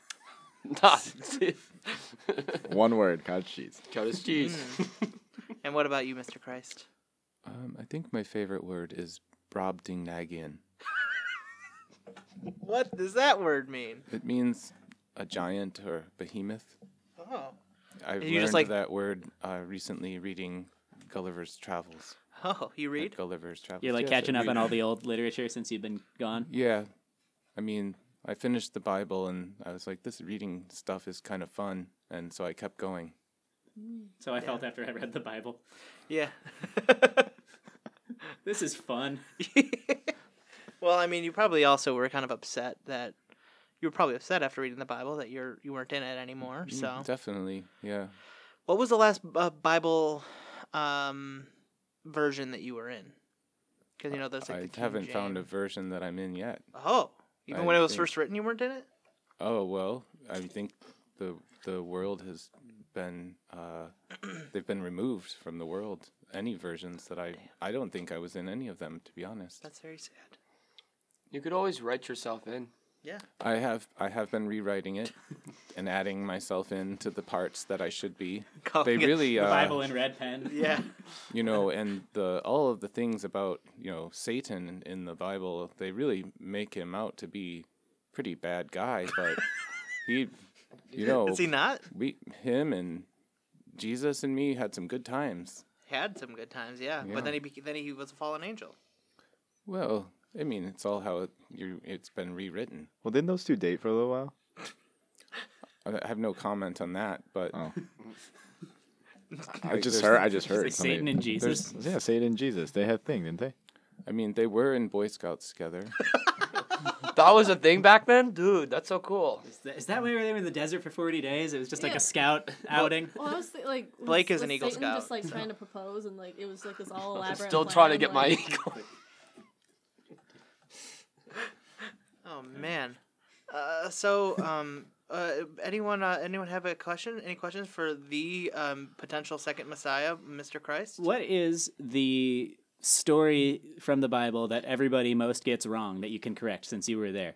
S4: One word, cottage cheese.
S9: cottage cheese.
S2: Mm. And what about you, Mr. Christ?
S12: Um, I think my favorite word is brobdingnagian.
S2: What does that word mean?
S12: It means a giant or behemoth.
S2: Oh.
S12: I
S2: you
S12: learned
S2: just like-
S12: that word uh, recently reading Gulliver's Travels.
S2: Oh, you
S12: Like
S2: read?
S12: Gulliver's Travels.
S5: You're like
S12: Yes, I
S5: catching up
S12: read
S5: on
S12: it.
S5: all the old literature since you've been gone.
S12: Yeah, I mean, I finished the Bible and I was like, this reading stuff is kind of fun, and so I kept going.
S5: So I felt after I read the Bible.
S2: Yeah.
S5: This is fun.
S2: well, I mean, you probably also were kind of upset that you were probably upset after reading the Bible that you're you weren't in it anymore.
S12: Mm,
S2: So,
S12: definitely, yeah.
S2: what was the last uh, Bible um, version that you were in? Because you know, there's like the
S12: I
S2: King
S12: haven't found a
S2: James.
S12: version that I'm in yet.
S2: Oh, even
S12: I
S2: when it was
S12: think-
S2: first written, you weren't in it.
S12: Oh well, I think the the world has been uh, they've been removed from the world. Any versions that I I don't think I was in any of them to be honest.
S2: That's very sad.
S9: You could always write yourself in.
S12: I have I have been rewriting it and adding myself in to the parts that I should be. They
S2: Calling it
S12: really uh,
S5: Bible in red pen.
S2: Yeah.
S12: you know, and the all of the things about you know Satan in the Bible, they really make him out to be pretty bad guy, but he. You know,
S2: Is he not?
S12: we him and Jesus and me had some good times.
S2: Had some good times, yeah.
S12: Yeah.
S2: But then he beca- then he was a fallen angel.
S12: Well, I mean, it's all how it, you, it's been rewritten.
S4: Well, didn't those two date for a little while?
S12: I I have no comment on that, but
S4: Oh. I
S12: Like,
S4: just
S12: there's-
S4: heard. I just heard.
S5: Like Satan
S4: somebody-
S5: and
S4: there's-
S5: Jesus.
S4: Yeah, Satan and Jesus. They had a thing, didn't they?
S12: I mean, they were in Boy Scouts together.
S9: The that was a thing back then, dude. That's so cool.
S5: Is that, is that where they were in the desert for 40 days? It was just like
S3: Yeah.
S5: a scout outing.
S3: Well, I was thi- like, was-
S2: Blake is
S3: was
S2: an Eagle
S3: Satan
S2: Scout,
S3: Just like trying to propose, and like it was like this all elaborate.
S9: Still trying to
S3: plan,
S9: get my
S3: like-
S9: eagle.
S2: Oh man. Uh, so um, uh, anyone uh, anyone have a question? Any questions for the um, potential second Messiah, Mr. Christ?
S5: What is the story from the Bible that everybody most gets wrong that you can correct since you were there?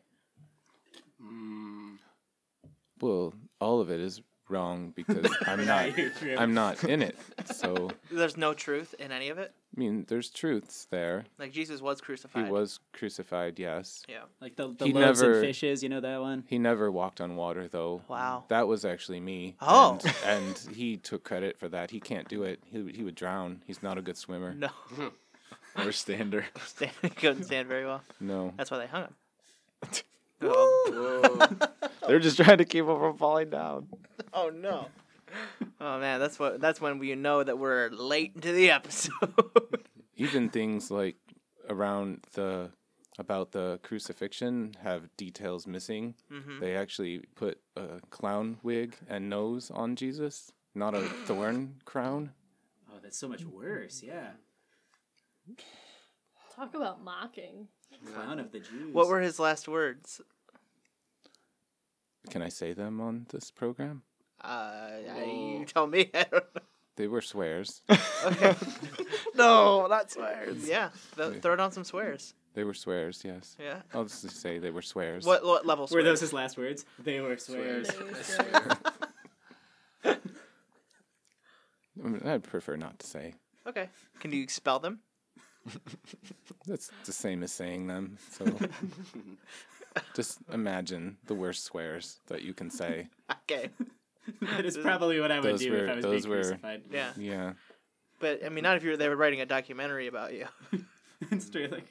S12: Well, all of it is wrong because I'm not I'm not in it. So I
S2: There's no truth in any of it.
S12: mean, there's truths there.
S2: Like Jesus was
S12: He
S2: crucified.
S12: was crucified, yes.
S2: Yeah.
S5: Like the, the
S12: He
S5: loaves
S12: never-
S5: and fishes, you know that one?
S12: He never walked on water though.
S2: Wow.
S12: That was actually me.
S2: Oh.
S12: And, and he took credit for that. He can't do it. He, he would drown. He's not a good swimmer.
S2: No,
S4: Or stander.
S2: stand, couldn't stand very well.
S12: No.
S2: That's why they hung him. Oh,
S4: They're just trying to keep him from falling down.
S2: Oh no. Oh man, that's what that's when we know that we're late into the episode.
S12: Even things like around the about the crucifixion have details missing.
S9: Mm-hmm.
S12: They actually put a clown wig and nose on Jesus, not a thorn crown.
S5: Oh, that's so much worse, yeah.
S3: Talk about mocking.
S5: Clown of the Jews.
S2: what were his last words?
S12: Can I say them on this program?
S2: Uh, I- you tell me. I don't know.
S12: They were swears.
S2: no, not swears. Yeah, th- throw down some swears.
S12: they were swears, yes.
S2: Yeah.
S12: I'll just say they were swears.
S2: What, what level
S5: Were
S2: swears?
S5: those his last words? They were swears.
S3: They said-
S12: I mean, I'd prefer not to say.
S2: Okay. Can you spell them?
S12: That's the same as saying them. So just imagine the worst swears that you can say.
S2: Okay.
S5: that is probably what I would
S12: Those
S5: do if
S12: were-
S5: I was
S12: those
S5: being
S12: were-
S5: crucified.
S2: Yeah.
S12: Yeah.
S2: But I mean, not if you were they were writing a documentary about you.
S5: Straight like,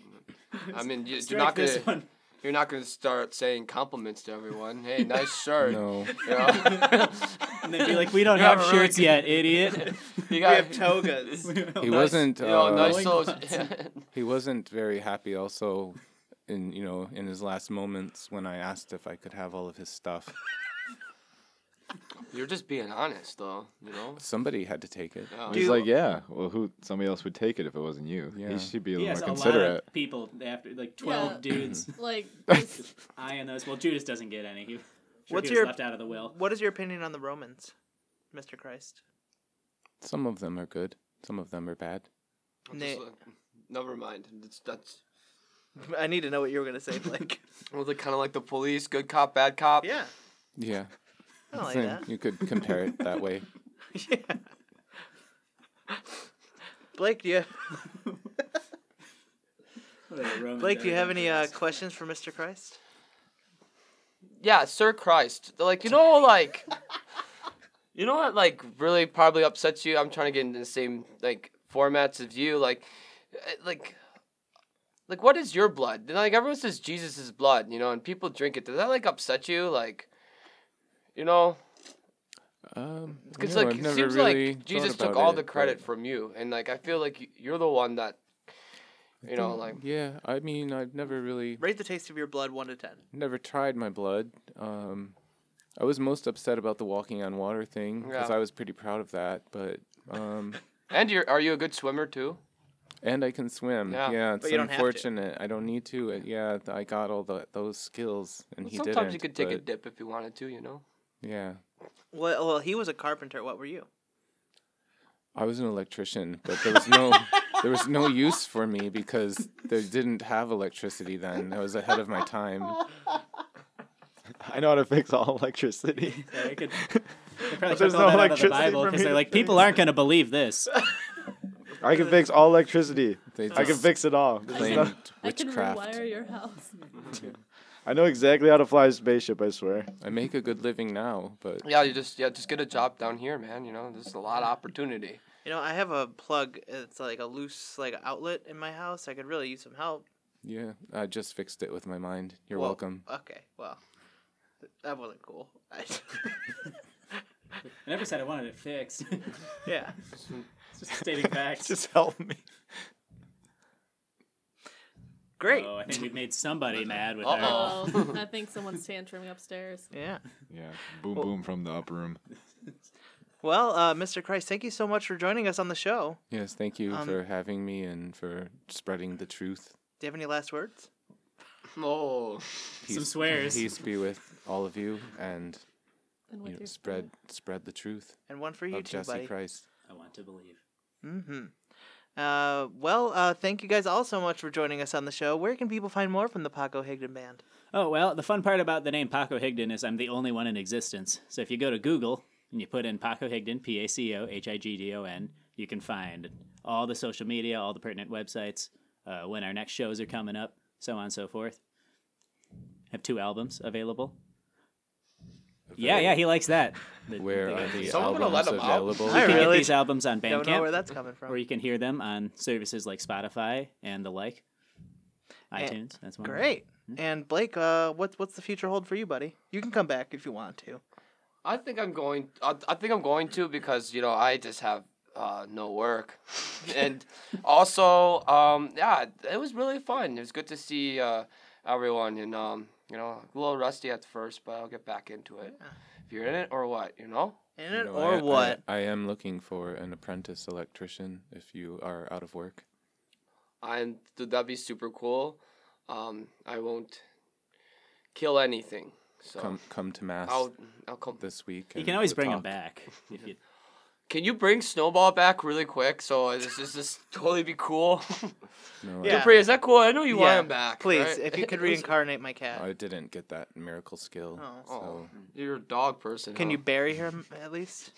S9: I mean, you, you're
S5: strike
S9: not gonna
S5: this one.
S9: you're not gonna start saying compliments to everyone. Hey, nice shirt.
S12: No.
S9: You, know?
S5: And then be like, we don't have shirts yet, idiot.
S9: You
S2: We
S9: got
S2: have togas.
S12: He wasn't
S9: you know,
S12: uh,
S9: nice clothes.
S12: he wasn't very happy also in you know, in his last moments when I asked if I could have all of his stuff.
S9: You're just being honest, though. You know.
S12: Somebody had to take it.
S9: Yeah.
S4: He's
S2: Dude.
S4: like, yeah. Well, who? Somebody else would take it if it wasn't you.
S12: Yeah.
S4: He should be a little
S5: Yes,
S4: more
S5: a lot
S4: considerate.
S5: of people after like twelve
S3: Yeah.
S5: dudes
S3: like this-
S5: eyeing those. Well, Judas doesn't get any. He, sure
S2: What's
S5: he was
S2: your-
S5: left out of the will?
S2: What is your opinion on the Romans, Mr. Christ?
S12: Some of them are good. Some of them are bad.
S9: Just
S2: Nate.
S9: like- Never mind. It's, that's
S2: I need to know what you were gonna say, Blake.
S9: well, they're kind of like the police, good cop, bad cop.
S2: yeah,
S12: Yeah.
S2: I don't like
S12: Same.
S2: that.
S12: You could compare it that way.
S2: Yeah. Blake, do you Blake, do you have any uh, questions for Mr. Christ?
S9: Yeah, Sir Christ. They're like, you know, like, you know what, like, really probably upsets you. I'm trying to get into the same like formats as you, like, eh, like. Like what is your blood? And, Like everyone says Jesus' is blood, you know, and people drink it. Does that like upset you? Like, you know,
S12: Um,
S9: Because
S12: no,
S9: like
S12: I've
S9: it
S12: never
S9: seems
S12: really
S9: like Jesus
S12: thought
S9: took
S12: about
S9: all
S12: it,
S9: the
S12: but-
S9: credit from you, and like I feel like y- you're the one that, you know, like
S12: Yeah, I mean, I've never really
S2: Rate the taste of your blood one to ten.
S12: never tried my blood. Um, I was most upset about the walking on water thing because
S9: Yeah.
S12: I was pretty proud of that. But um,
S9: and you're are you a good swimmer too?
S12: and I can swim.
S9: Yeah,
S12: Yeah, it's
S2: but you don't have to.
S12: unfortunate. I don't need to. and yeah, th- I got all the those skills, and he didn't.
S9: Sometimes you could take a
S12: but
S9: dip if you wanted to, you know.
S12: Yeah,
S2: Well, well, he was a carpenter. What were you?
S12: I was an electrician, but there was no there was no use for me because they didn't have electricity then. I was ahead of my time.
S4: I know how to fix all electricity.
S5: I could, they probably
S4: there's
S5: took all
S4: no
S5: that out of the
S4: electricity
S5: Bible
S4: for
S5: because
S4: me
S5: they're
S4: to
S5: like, people aren't going to believe this.
S4: I can fix all electricity.
S12: They
S4: I can
S12: just
S4: fix it all.
S12: claimed
S3: I can
S12: witchcraft.
S3: rewire your house.
S4: I know exactly how to fly a spaceship. I swear.
S12: I make a good living now, but
S9: Yeah, you just yeah just get a job down here, man. You know, there's a lot of opportunity.
S2: You know, I have a plug. It's like a loose like outlet in my house. I could really use some help.
S12: yeah, I just fixed it with my mind. You're
S2: Whoa.
S12: welcome.
S2: Okay, well, that wasn't cool.
S5: I never said I wanted it fixed.
S2: yeah.
S5: It's just stating facts.
S4: Just help me.
S2: Great.
S5: Oh, I think we've made somebody mad with our.
S2: Uh-oh.
S3: Oh, I think someone's tantruming upstairs.
S2: Yeah.
S4: Yeah. Boom, boom from the upper room.
S2: Well, uh, Mr. Christ, thank you so much for joining us on the show.
S12: Yes, thank you
S2: Um,
S12: for having me and for spreading the truth.
S2: Do you have any last words?
S9: Oh.
S5: Some swears.
S12: Peace be with all of you, and
S3: And
S12: you
S3: with
S12: know,
S3: your
S12: spread spread the truth
S2: And one for you
S12: of
S2: too,
S12: Oh, Jesse
S2: buddy.
S12: Christ.
S5: I want to believe.
S2: Mm-hmm. Uh, well, uh, thank you guys all so much for joining us on the show. Where can people find more from the Paco Higdon Band?
S5: Oh well, the fun part about the name Paco Higdon is I'm the only one in existence. So if you go to Google and you put in Paco Higdon, P A C O H I G D O N, you can find all the social media, all the pertinent websites, uh, when our next shows are coming up, so on and so forth. have two albums available. Yeah, yeah, he likes that. The-
S12: Where
S5: they
S12: are
S5: got-
S12: the
S5: you
S9: Someone gonna let
S12: albums
S9: him out?
S12: available?
S2: I
S5: can get
S2: really
S5: these albums on
S2: Don't know where
S5: Bandcamp,
S2: that's coming
S5: or
S2: from.
S5: you can hear them on services like Spotify and the like.
S2: Eh,
S5: iTunes, that's one. of them.
S2: Great. And Blake, uh, what's what's the future hold for you, buddy? You can come back if you want to.
S9: I think I'm going. I, I think I'm going to because you know I just have uh, no work, and also um, yeah, it was really fun. It was good to see uh, everyone, and um, you know a little rusty at first, but I'll get back into it. If you're in it or what, you know.
S2: In it
S12: No,
S2: or
S12: I- I-
S2: what?
S12: I am looking for an apprentice electrician if you are out of work.
S9: I'm th- that'd be super cool. Um, I won't kill anything. So
S12: Come come to mass
S9: I'll I'll come.
S12: this week.
S5: You
S12: and
S5: can always
S12: we'll
S5: bring them
S12: talk.
S5: back if you
S9: Can you bring Snowball back really quick? So uh, this this this totally be cool.
S12: No,
S2: Yeah.
S9: Dupree, is that cool? I know you
S2: Yeah,
S9: want him back.
S2: Please,
S9: right?
S2: if you could
S9: It was-
S2: reincarnate my
S12: I,
S2: cat.
S12: I didn't get that miracle skill.
S2: Oh.
S9: Oh,
S12: So
S9: you're a dog person.
S2: Can
S9: huh?
S2: you bury him at least?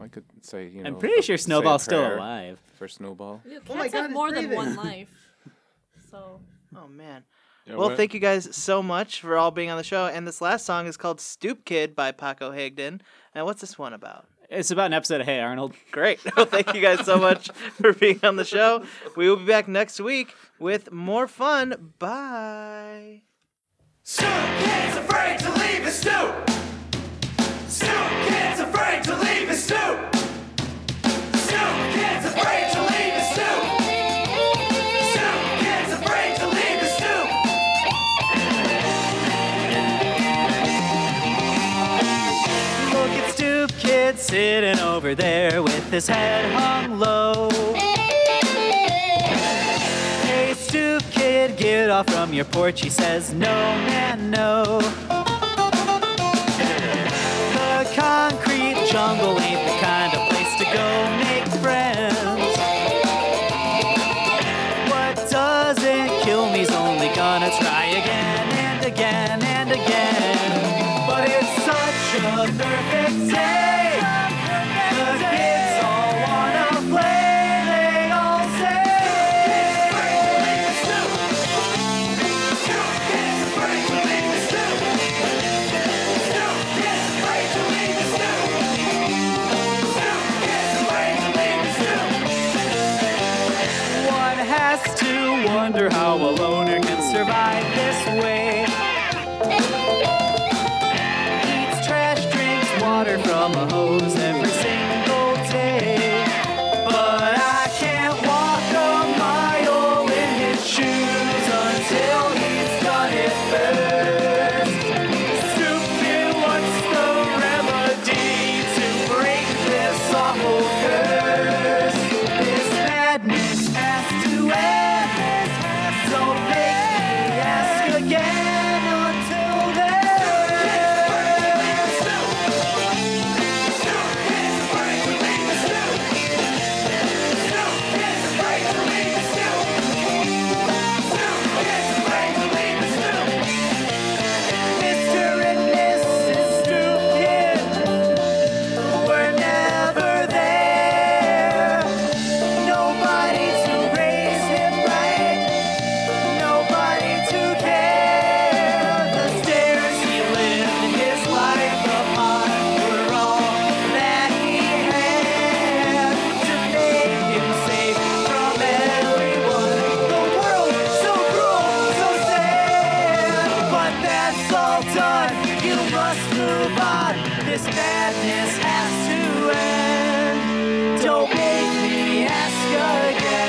S12: I could say, you know,
S5: I'm pretty
S12: a-
S5: sure
S12: say a
S5: Snowball's still
S12: prayer
S5: alive.
S12: For Snowball.
S3: Yeah,
S2: Oh my
S3: cats
S2: God,
S3: have
S2: it's
S3: more than
S2: breathing.
S3: one life. So
S2: Oh man. well, thank you guys so much for all being on the show. And this last song is called "Stoop Kid" by Paco Higdon. And what's this one about?
S5: It's about an episode of Hey Arnold.
S2: Great. Well, thank you guys so much for being on the show. We will be back next week with more fun. Bye.
S8: Stoop kid's afraid to leave his stoop. Stoop kid's afraid to leave his stoop. Stoop kid's afraid to leave his stoop. Stoop kid's afraid to leave his stoop.
S5: Look at Stoop Kid sitting over there with his head hung low. Hey, Stoop Kid, get off from your porch. He says, No, man, no. The concrete jungle ain't the kind of place to go make friends. What doesn't kill me's only gonna try again and again and again. But it's such a perfect day. The kids all wanna play. They all say. One has to wonder how a loner can survive this way. Eats trash, drinks water from a hose every single day. But I can't walk a mile in his shoes until he's done it first. Stupid, what's the remedy to break this awful curse? This madness has to end. So make me ask again until then. Mr. and Mrs. Stupid were never there. Nobody to raise him right. Nobody to care. The stairs he lived in his life upon were all that he had to make him safe from everyone. The world so cruel, so sad. But that's all done. You must move on. This madness has to end. Don't make me ask again.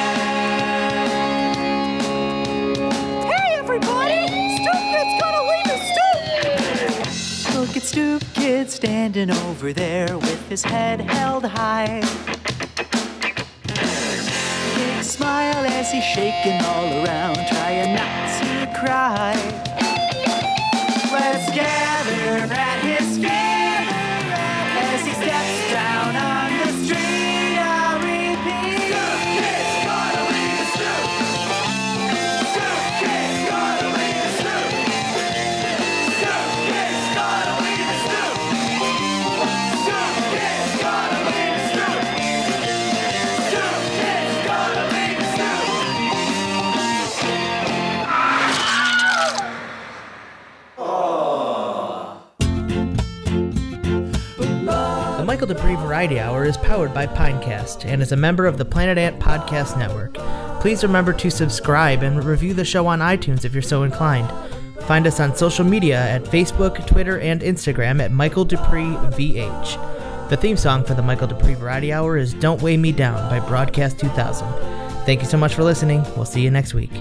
S5: stoop kid standing over there with his head held high. Big smile as he's shaking all around, trying not to cry. Let's gather at his feet as he steps down on the street. I repeat.
S2: The Michael Dupree Variety Hour is powered by Pinecast and is a member of the Planet Ant Podcast Network. Please remember to subscribe and review the show on iTunes if you're so inclined. Find us on social media at Facebook, Twitter, and Instagram at Michael Dupree VH. The theme song for the Michael Dupree Variety Hour is Don't Weigh Me Down by Broadcast 2000. Thank you so much for listening. We'll see you next week.